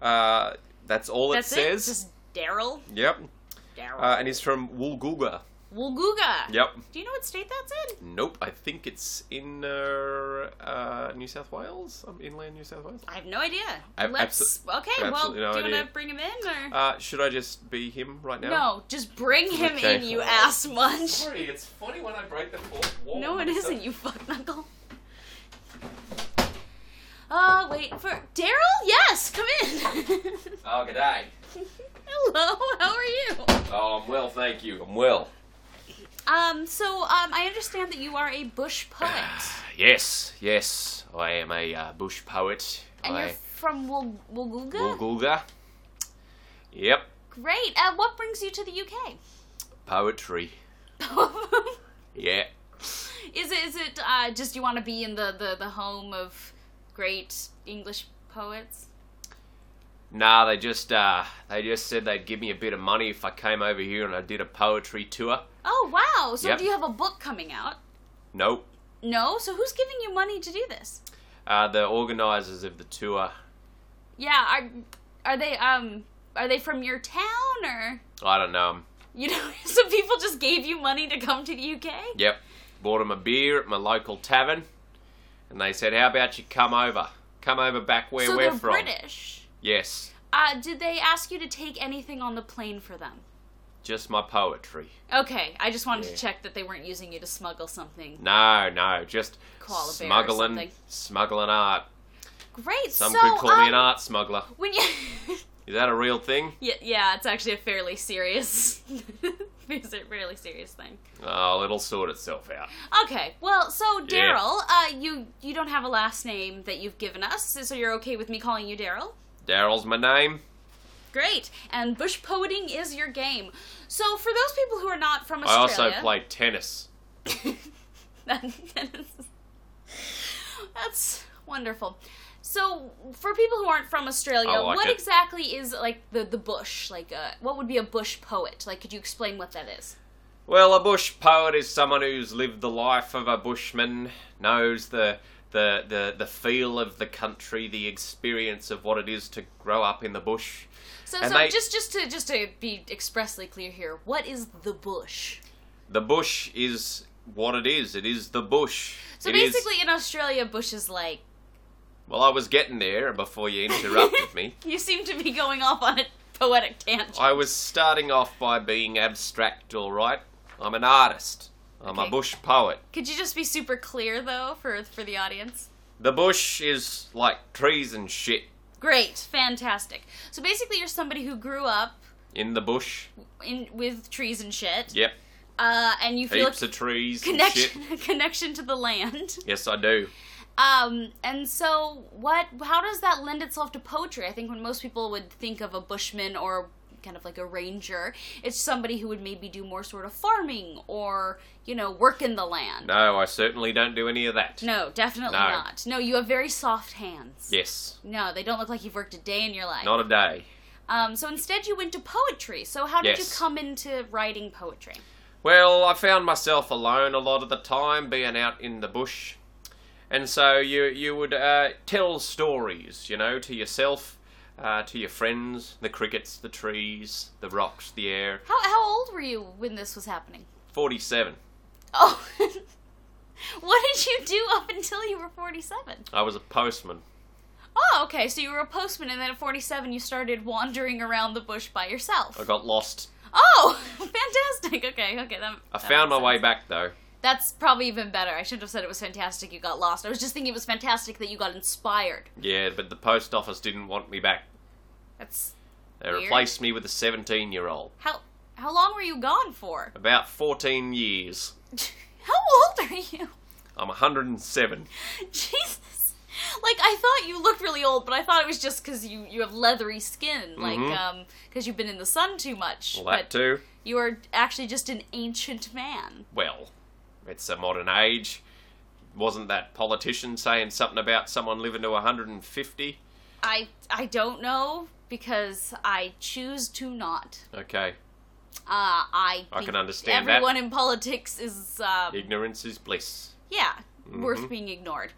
Uh, that's all That's it says. it. Just Daryl. Yep. Daryl. Uh, and he's from Woolgoolga. Woolgooga. Yep. Do you know what state that's in? Nope. I think it's in uh, uh, New South Wales, um, inland New South Wales. I have no idea. I have Let's. abso- okay. I have well, absolutely no do you want idea. to bring him in or? Uh, should I just be him right now? no, just bring him Okay. in, you ass munch. Sorry, it's funny when I break the fourth wall. No, it isn't, you fuck knuckle. Oh, wait for Daryl. Yes, come in. Oh, good day. Hello. How are you? Oh, I'm well, thank you. I'm well. Um. So, um, I understand that you are a bush poet, Yes, yes. I am a uh, bush poet. and you're I from Wool- Woolgoolga. Woolgoolga. Yep, Great. Uh, what brings you to the UK? poetry. Yeah. is it is it uh, just you want to be in the, the, the home of great English poets? Nah, they just uh, they just said they'd give me a bit of money if I came over here and I did a poetry tour. Oh wow! So Yep. do you have a book coming out? Nope. No. So who's giving you money to do this? Uh, the organisers of the tour. Yeah. Are are they um are they from your town or I don't know 'em. you know? So people just gave you money to come to the UK? Yep. Bought them a beer at my local tavern, and they said, "How about you come over? Come over back where so we're they're from." British. Yes, Uh, did they ask you to take anything on the plane for them? just my poetry. Okay, I just wanted Yeah. to check that they weren't using you to smuggle something. No, no, just Koala bear or smuggling, something. smuggling art. Great. Mm. Some so could call me an um, art smuggler. when you Is that a real thing? Yeah, yeah, it's actually a fairly serious, it's a fairly serious thing. Oh, it'll sort itself out. Okay, well, so Yeah. Daryl, uh, you you don't have a last name that you've given us, so you're okay with me calling you Daryl. Daryl's my name. Great, and bush poeting is your game. So for those people who are not from I Australia, also play tennis. that's wonderful. So for people who aren't from Australia, I like what it. exactly is like the the bush? Like, uh, what would be a bush poet? Like, could you explain what that is? Well, a bush poet is someone who's lived the life of a bushman, knows the the the, the feel of the country, the experience of what it is to grow up in the bush. So, And so they- just just to just to be expressly clear here, what is the bush? The bush is what it is. It is the bush. So It is- basically, in Australia, bush is like well, I was getting there before you interrupted me. you seem to be going off on a poetic tangent. I was starting off by being abstract, all right. I'm an artist. I'm a Okay. bush poet. Could you just be super clear though for for the audience? The bush is like trees and shit. Great, fantastic. So basically, you're somebody who grew up In the bush, in with trees and shit, yep. uh, and you feel Heaps of trees a and connection shit. a connection to the land. Yes, I do. Um, and so what? How does that lend itself to poetry? I think when most people would think of a bushman or kind of like a ranger, it's somebody who would maybe do more sort of farming or you know work in the land. No, I certainly don't do any of that. No, definitely No. not. No, you have very soft hands. Yes, No, they don't look like you've worked a day in your life. not a day. Um, so instead, you went to poetry. So how Yes. did you come into writing poetry? Well, I found myself alone a lot of the time, being out in the bush, and so you you would uh, tell stories, you know, to yourself, uh, to your friends, the crickets, the trees, the rocks, the air. How how old were you when this was happening? Forty-seven. Oh, what did you do up until you were forty-seven? I was a postman. Oh, okay. So you were a postman, and then at 47, you started wandering around the bush by yourself. I got lost. Oh, fantastic. Okay, okay. That, I found my way back though. That's probably even better. I shouldn't have said it was fantastic you got lost. I was just thinking it was fantastic that you got inspired. Yeah, but the post office didn't want me back. That's They Weird. replaced me with a 17 year old. how. How long were you gone for? About 14 years. How old are you? I'm 107. Jesus. Like I thought you looked really old, but I thought it was just because you you have leathery skin, like um Mhm. because you've been in the sun too much. Well, that but too. you are actually just an ancient man. Well, it's a modern age. Wasn't that politician saying something about someone living to 150? I I don't know because I choose to not. Okay. Uh, I I think can understand that. everyone in politics is um, Ignorance is bliss. yeah Mm-hmm. worth being ignored.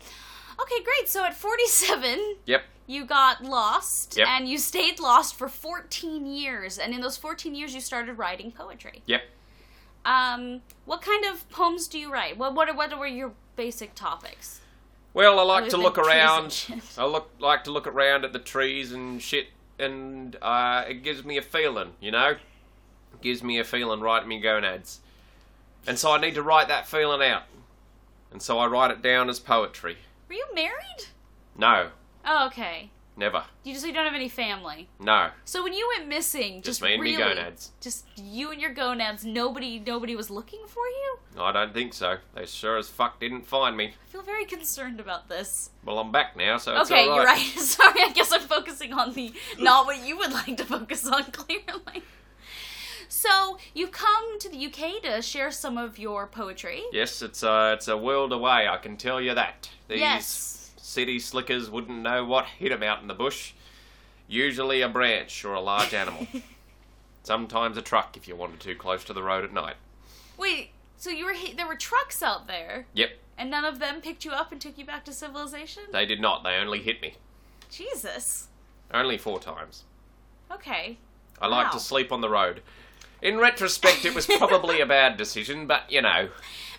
Okay, great. So at 47, Yep. you got lost Yep. and you stayed lost for 14 years, and in those 14 years, you started writing poetry. Yep. Um, what kind of poems do you write? What what, what were your basic topics? Well, I like Other to than look trees and around. shit. I look like to look around at the trees and shit, and uh, it gives me a feeling, you know. It gives me a feeling right in me gonads, and so I need to write that feeling out, and so I write it down as poetry. Were you married? No, Oh, okay. never, You just you don't have any family. no. So when you went missing, just, Just me and me really, gonads. just you and your gonads. Nobody, nobody was looking for you. I don't think so. They sure as fuck didn't find me. I feel very concerned about this. Well, I'm back now, so it's okay, all you're right. Sorry, I guess I'm focusing on the not what you would like to focus on. Clearly. So you've come to the UK to share some of your poetry. Yes, it's a it's a world away. I can tell you that. These Yes. city slickers wouldn't know what hit 'em out in the bush. Usually a branch or a large animal. Sometimes a truck if you wanted too close to the road at night. Wait, so you were hit, there were trucks out there, Yep, and none of them picked you up and took you back to civilization. they did not. They only hit me. Jesus. Only four times. Okay. I like Wow. to sleep on the road. In retrospect, it was probably a bad decision, but you know,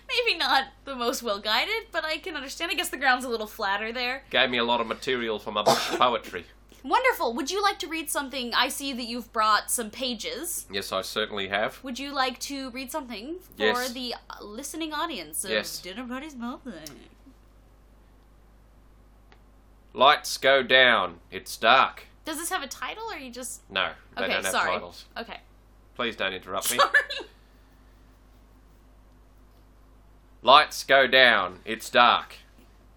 Maybe not the most well guided, but I can understand. I guess the ground's a little flatter there. gave me a lot of material for my bush poetry. Wonderful. Would you like to read something? I see that you've brought some pages. Yes, I certainly have. Would you like to read something for Yes. the uh, listening audience of Yes. Dinner Buddies Melting? Lights go down. It's dark. Does this have a title, or are you just No, they okay? don't have sorry. titles. Okay. Please don't interrupt me. Sorry. Lights go down, it's dark.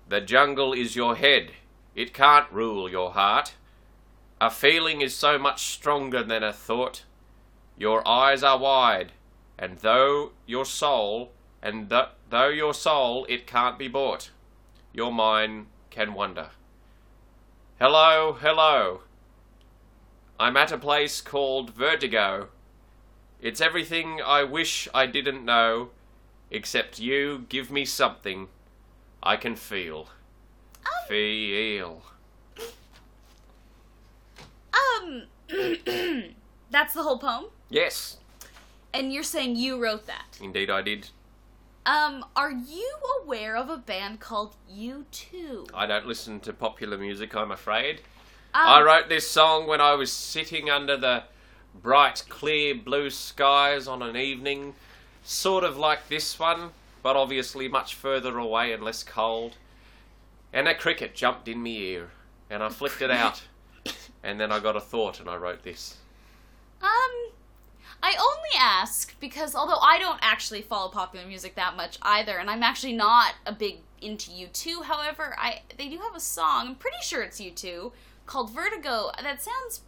The jungle is your head, it can't rule your heart. A feeling is so much stronger than a thought. Your eyes are wide, and though your soul, and th- though your soul, it can't be bought. Your mind can wonder. Hello, hello. I'm at a place called Vertigo. It's everything I wish I didn't know except you give me something I can feel. Feel. Um, that's the whole poem, Yes, and you're saying you wrote that. indeed I did. Um, are you aware of a band called U2? I don't listen to popular music, I'm afraid. Um, I wrote this song when I was sitting under the bright, clear blue skies on an evening sort of like this one, but obviously much further away and less cold. And a cricket jumped in me ear, and I flicked it out. And then I got a thought and I wrote this. Um, I only ask because although I don't actually follow popular music that much either, and I'm actually not a big into U2. However, I they do have a song. I'm pretty sure it's U2 called Vertigo. That sounds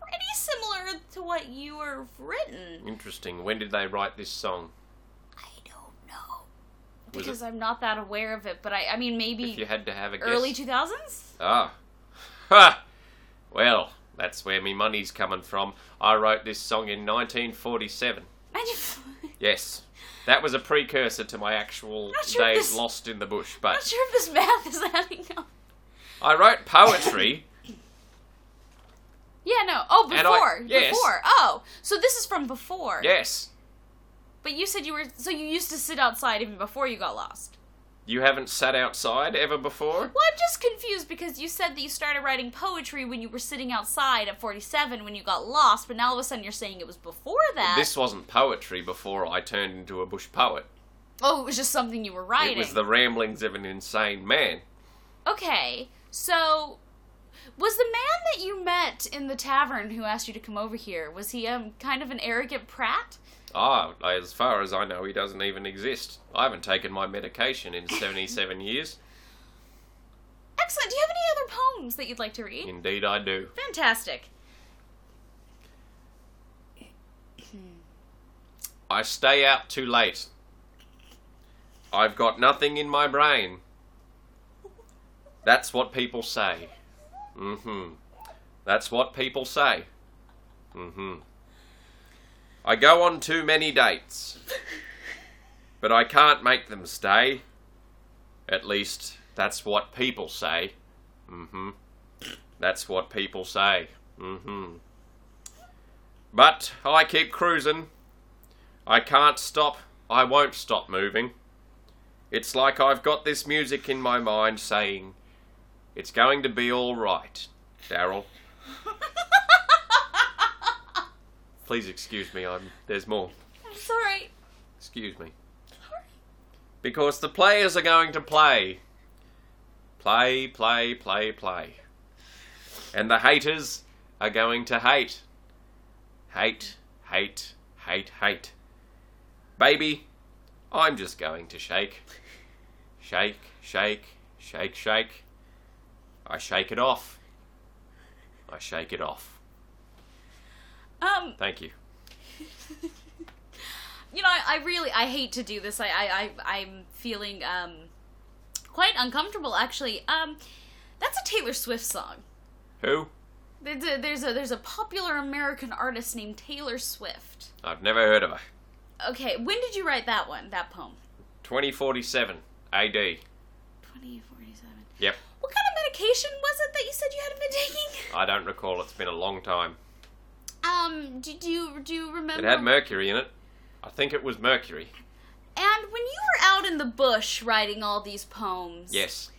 pretty similar to what you have written. Interesting. When did they write this song? I don't know Was because it I'm not that aware of it. But I, I mean, if you maybe had to have a guess? early 2000s. Ah. Ha! Well, that's where me money's coming from. I wrote this song in 1947. I just- Yes. That was a precursor to my actual Not sure if days this- lost in the bush, I'm not but sure if this math is adding up. I wrote poetry. Yeah, no. Oh, And I- before, yes. before. Oh, so this is from before. yes. But you said you were so you used to sit outside even before you got lost. You haven't sat outside ever before? Well, I'm just confused because you said that you started writing poetry when you were sitting outside at 47 when you got lost, but now all of a sudden you're saying it was before that. This wasn't poetry before I turned into a bush poet. oh, it was just something you were writing. It was the ramblings of an insane man. okay, so was the man that you met in the tavern who asked you to come over here was he um kind of an arrogant prat? Ah, as far as I know, he doesn't even exist. I haven't taken my medication in 77 years. Excellent. Do you have any other poems that you'd like to read? Indeed, I do. Fantastic. I stay out too late. I've got nothing in my brain. That's what people say. Mm hmm. That's what people say. Mm hmm. I go on too many dates. But I can't make them stay. At least, that's what people say. Mm hmm. That's what people say. Mm hmm. But I keep cruising. I can't stop. I won't stop moving. It's like I've got this music in my mind saying, It's going to be all right, Daryl. Please excuse me, I'm, there's more. I'm sorry. Excuse me. Because the players are going to play. Play, play, play, play. And the haters are going to hate. Hate, hate, hate, hate. Baby, I'm just going to shake. Shake, shake, shake, shake. I shake it off. I shake it off. Um, Thank you. you know, I, I really I hate to do this. I I, I I'm feeling um quite uncomfortable actually. Um, that's a Taylor Swift song. Who? There's a there's a, there's a popular American artist named Taylor Swift. I've never heard of her. Okay, when did you write that one? That poem. 2047 AD. 2047. Yep. What kind of medication was it that you said you hadn't been taking? I don't recall. It's been a long time. Um, do, do you do you It remember? had mercury in it. I think it was mercury. and when you were out in the bush writing all these poems, Yes.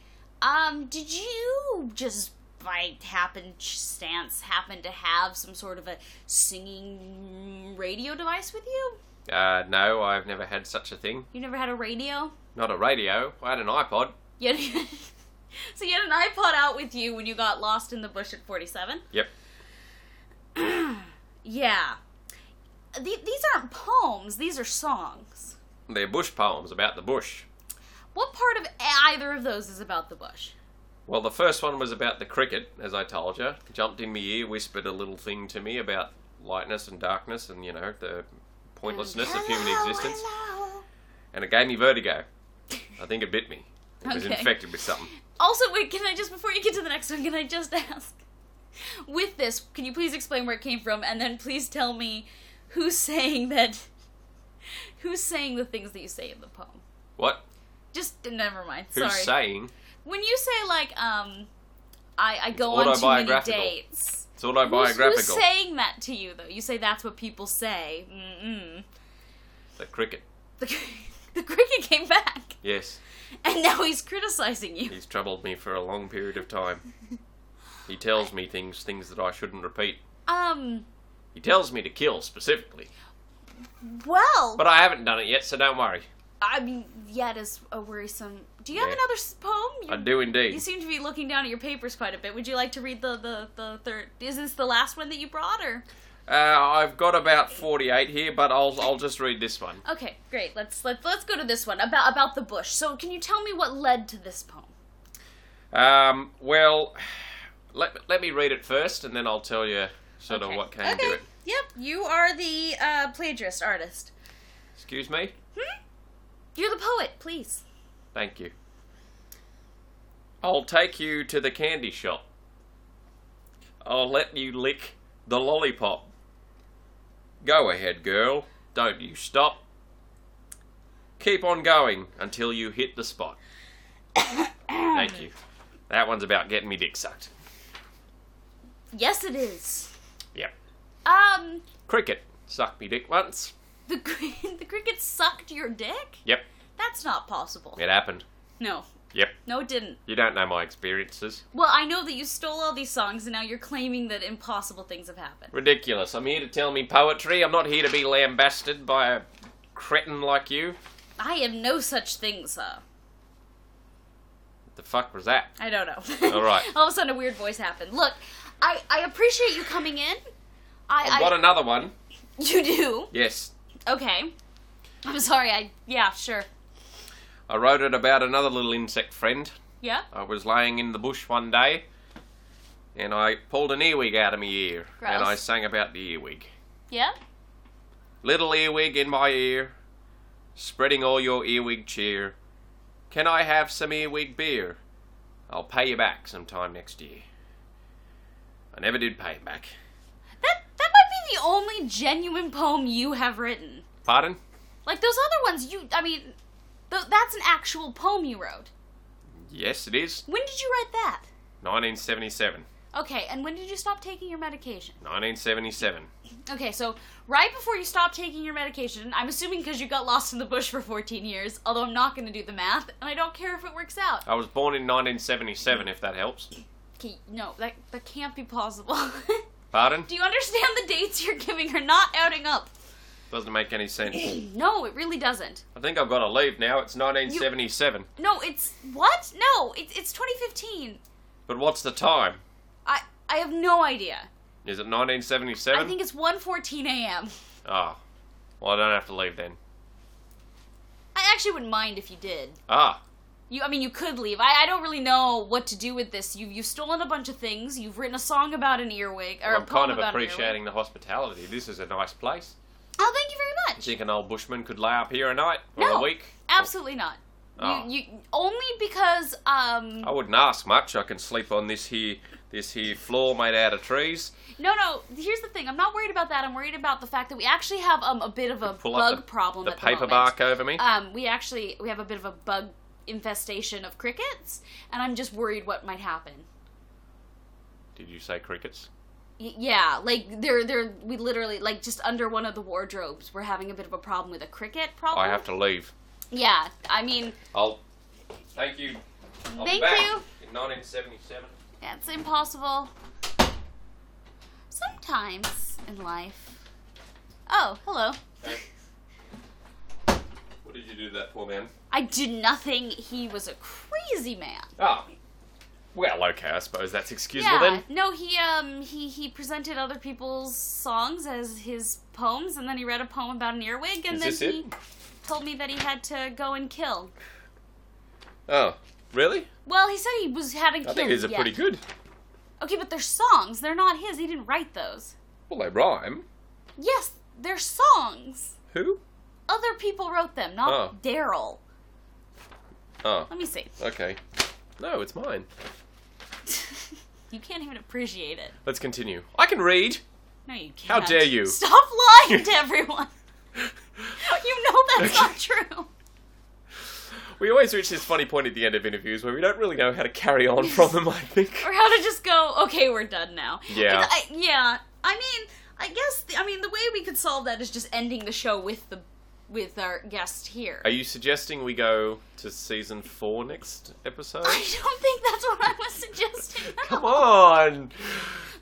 Um, did you just by happenstance happen to have some sort of a singing radio device with you? Uh, no, I've never had such a thing. You never had a radio? Not a radio. I had an iPod. You had, so you had an iPod out with you when you got lost in the bush at 47? Yep. Yeah. Th- these aren't poems, these are songs. They're bush poems about the bush. What part of e-, either of those is about the bush? Well, the first one was about the cricket, as I told you. Jumped in my ear, whispered a little thing to me about lightness and darkness and, you know, the pointlessness of human existence. And it gave me vertigo. I think it bit me. It was Okay. infected with something. Also, wait, can I just, before you get to the next one, can I just ask? With this, can you please explain where it came from and then please tell me who's saying that. Who's saying the things that you say in the poem? What? Just never mind. Who's Sorry. saying? when you say like, um, I I go on too many autobiographical. dates. It's Who's, autobiographical. who's saying that to you though? You say that's what people say. Mm-mm. The cricket. The, the cricket came back, Yes. and now he's criticizing you. He's troubled me for a long period of time. He tells me things, things that I shouldn't repeat. Um, He tells me to kill specifically. Well, But I haven't done it yet, so don't worry. I mean, yeah, it is a worrisome. Do you have Yeah. another s- poem? You, I do indeed. You seem to be looking down at your papers quite a bit. Would you like to read the the, the third? Is this the last one that you brought, or Uh, I've got about 48 here, but I'll, I'll just read this one. okay, great. Let's let's let's go to this one about about the bush. So, can you tell me what led to this poem? Um, well, let, let me read it first, and then I'll tell you sort of what came okay. to it. Yep, you are the uh, plagiarist artist. Excuse me? Hmm? You're the poet, please. Thank you. I'll take you to the candy shop. I'll let you lick the lollipop. Go ahead, girl. Don't you stop. Keep on going until you hit the spot. Thank you. That one's about getting me dick sucked. Yes, it is. Yep. Um, Cricket sucked me dick once. the cri- the cricket sucked your dick. Yep. That's not possible. It happened. No, Yep. no, it didn't. You don't know my experiences. Well, I know that you stole all these songs, and now you're claiming that impossible things have happened. Ridiculous. I'm here to tell me poetry. I'm not here to be lambasted by a cretin like you. I have no such thing, sir. The fuck was that? I don't know. All right. all of a sudden, a weird voice happened. Look, I, I appreciate you coming in. I've I, got I another one. you do. Yes. Okay. I'm sorry. I yeah, sure. I wrote it about another little insect friend. Yeah. I was laying in the bush one day and I pulled an earwig out of my ear and Gross. I sang about the earwig. Yeah. Little earwig in my ear, spreading all your earwig cheer. Can I have some earwig beer? I'll pay you back sometime next year. I never did pay him back. That that might be the only genuine poem you have written. Pardon? Like those other ones, you I mean, th- that's an actual poem you wrote. Yes, it is. When did you write that? 1977. Okay, and when did you stop taking your medication? 1977. Okay, so right before you stopped taking your medication, I'm assuming because you got lost in the bush for 14 years, although I'm not going to do the math, and I don't care if it works out. I was born in 1977, if that helps. Okay, no, that, that can't be possible. Pardon? do you understand the dates you're giving are not adding up? Doesn't make any sense. No, it really doesn't. I think I've got to leave now. It's 1977. No, it's. What? No, it, it's 2015. But what's the time? I, I have no idea. Is it I 1977? think it's 1.14 a.m. Ah. Well, I don't have to leave then. I actually wouldn't mind if you did. Ah. You, I mean, you could leave. I, I don't really know what to do with this. You've, you've stolen a bunch of things. You've written a song about an earwig, or I'm a poem kind of about an earwig. appreciating the hospitality. This is a nice place. Oh, thank you very much. Think an old bushman could lay up here a night or No. a week? Absolutely not. Oh. You, you only because um I wouldn't ask much. I can sleep on this here, this here floor made out of trees. no no. Here's the thing. I'm not worried about that. I'm worried about the fact that we actually have um a bit of a Pull bug up the, problem. The at paper the moment. bark over me. Um, we actually we have a bit of a bug infestation of crickets, and I'm just worried what might happen. Did you say crickets? Y- Yeah, like they're they're we literally like just under one of the wardrobes we're having a bit of a problem with a cricket problem. Oh, I have to leave. Yeah, I mean I'll. Thank you. I'll be Thank back you. In 1977. that's impossible. Sometimes in life. Oh, hello. Okay. What did you do to that poor man? I did nothing. He was a crazy man. Ah. Well, okay, I suppose that's excusable yeah. then. No, he um he he presented other people's songs as his poems, and then he read a poem about an earwig, and Is then this he it? told me that he had to go and kill. Oh, really? Well, he said he was hadn't I killed. think these are yet. pretty good. Okay, but they're songs. They're not his. He didn't write those. Well, they rhyme. Yes, they're songs. Who? Other people wrote them, not Oh. Daryl. Oh, Let me see. okay. No, it's mine. you can't even appreciate it. Let's continue. I can read. No, you How can't. dare you. Stop lying to everyone. you know that's not true. We always reach this funny point at the end of interviews where we don't really know how to carry on from them, I think. Or how to just go, okay, we're done now. Yeah. I, yeah. I mean, I guess, the, I mean, the way we could solve that is just ending the show with the with our guest here. Are you suggesting we go to season four next episode? I don't think that's what I was suggesting. Come on!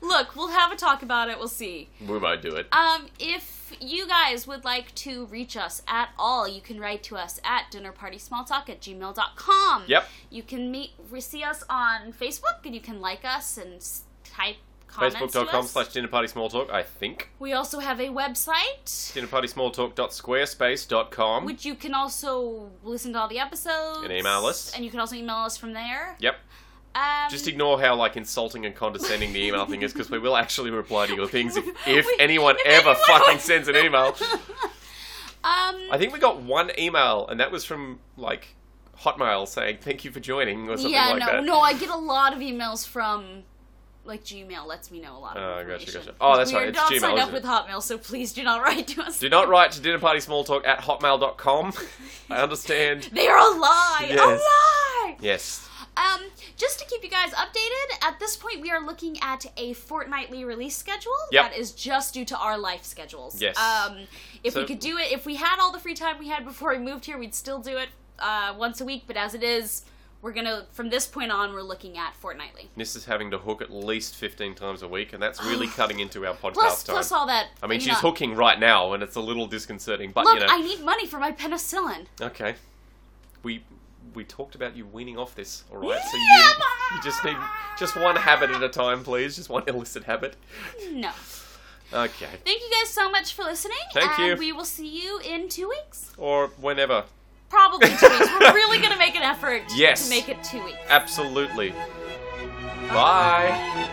Look, look, we'll have a talk about it. We'll see. We might do it. Um, if you guys would like to reach us at all, you can write to us at dinnerpartysmalltalk at gmail.com. Yep. You can meet, re- see us on Facebook, and you can like us and s- type comments to Facebook.com us. slash dinner party small talk, I think. We also have a website, Dinner party small talk.squarespace.com. which you can also listen to all the episodes. And email us. And you can also email us from there. Yep. Um, Just e- ignore how like insulting and condescending the email thing is, because we will actually reply to your things if, if We- anyone if ever anyone- fucking sends an email. um, I think we got one email, and that was from like Hotmail saying thank you for joining or something yeah, like no, that. no, I get a lot of emails from like Gmail lets me know a lot of Oh, gotcha, information. gotcha. Oh, that's we right, are it's not Gmail, signed up isn't with it? Hotmail, so please do not write to us. Do not write to dinnerpartysmalltalk at hotmail.com. I understand. They are a lie. Yes. A lie. Yes. Um, just to keep you guys updated, at this point we are looking at a fortnightly release schedule Yep. that is just due to our life schedules. Yes. Um, if we So- could do it, if we had all the free time we had before we moved here, we'd still do it uh, once a week. But as it is, we're gonna from this point on we're looking at fortnightly. This is having to hook at least 15 times a week, and that's really cutting into our podcast Plus, time. plus all that. I mean, you she's know- hooking right now, and it's a little disconcerting, but Look, you know. I need money for my penicillin. Okay. We we talked about you weaning off this, all right? So you, Yeah. you just need just one habit at a time, please. Just one illicit habit. No. Okay. Thank you guys so much for listening. Thank and you. we will see you in two weeks. Or whenever. Probably two weeks. We're really going to make an effort Yes. to make it two weeks. Absolutely. Bye.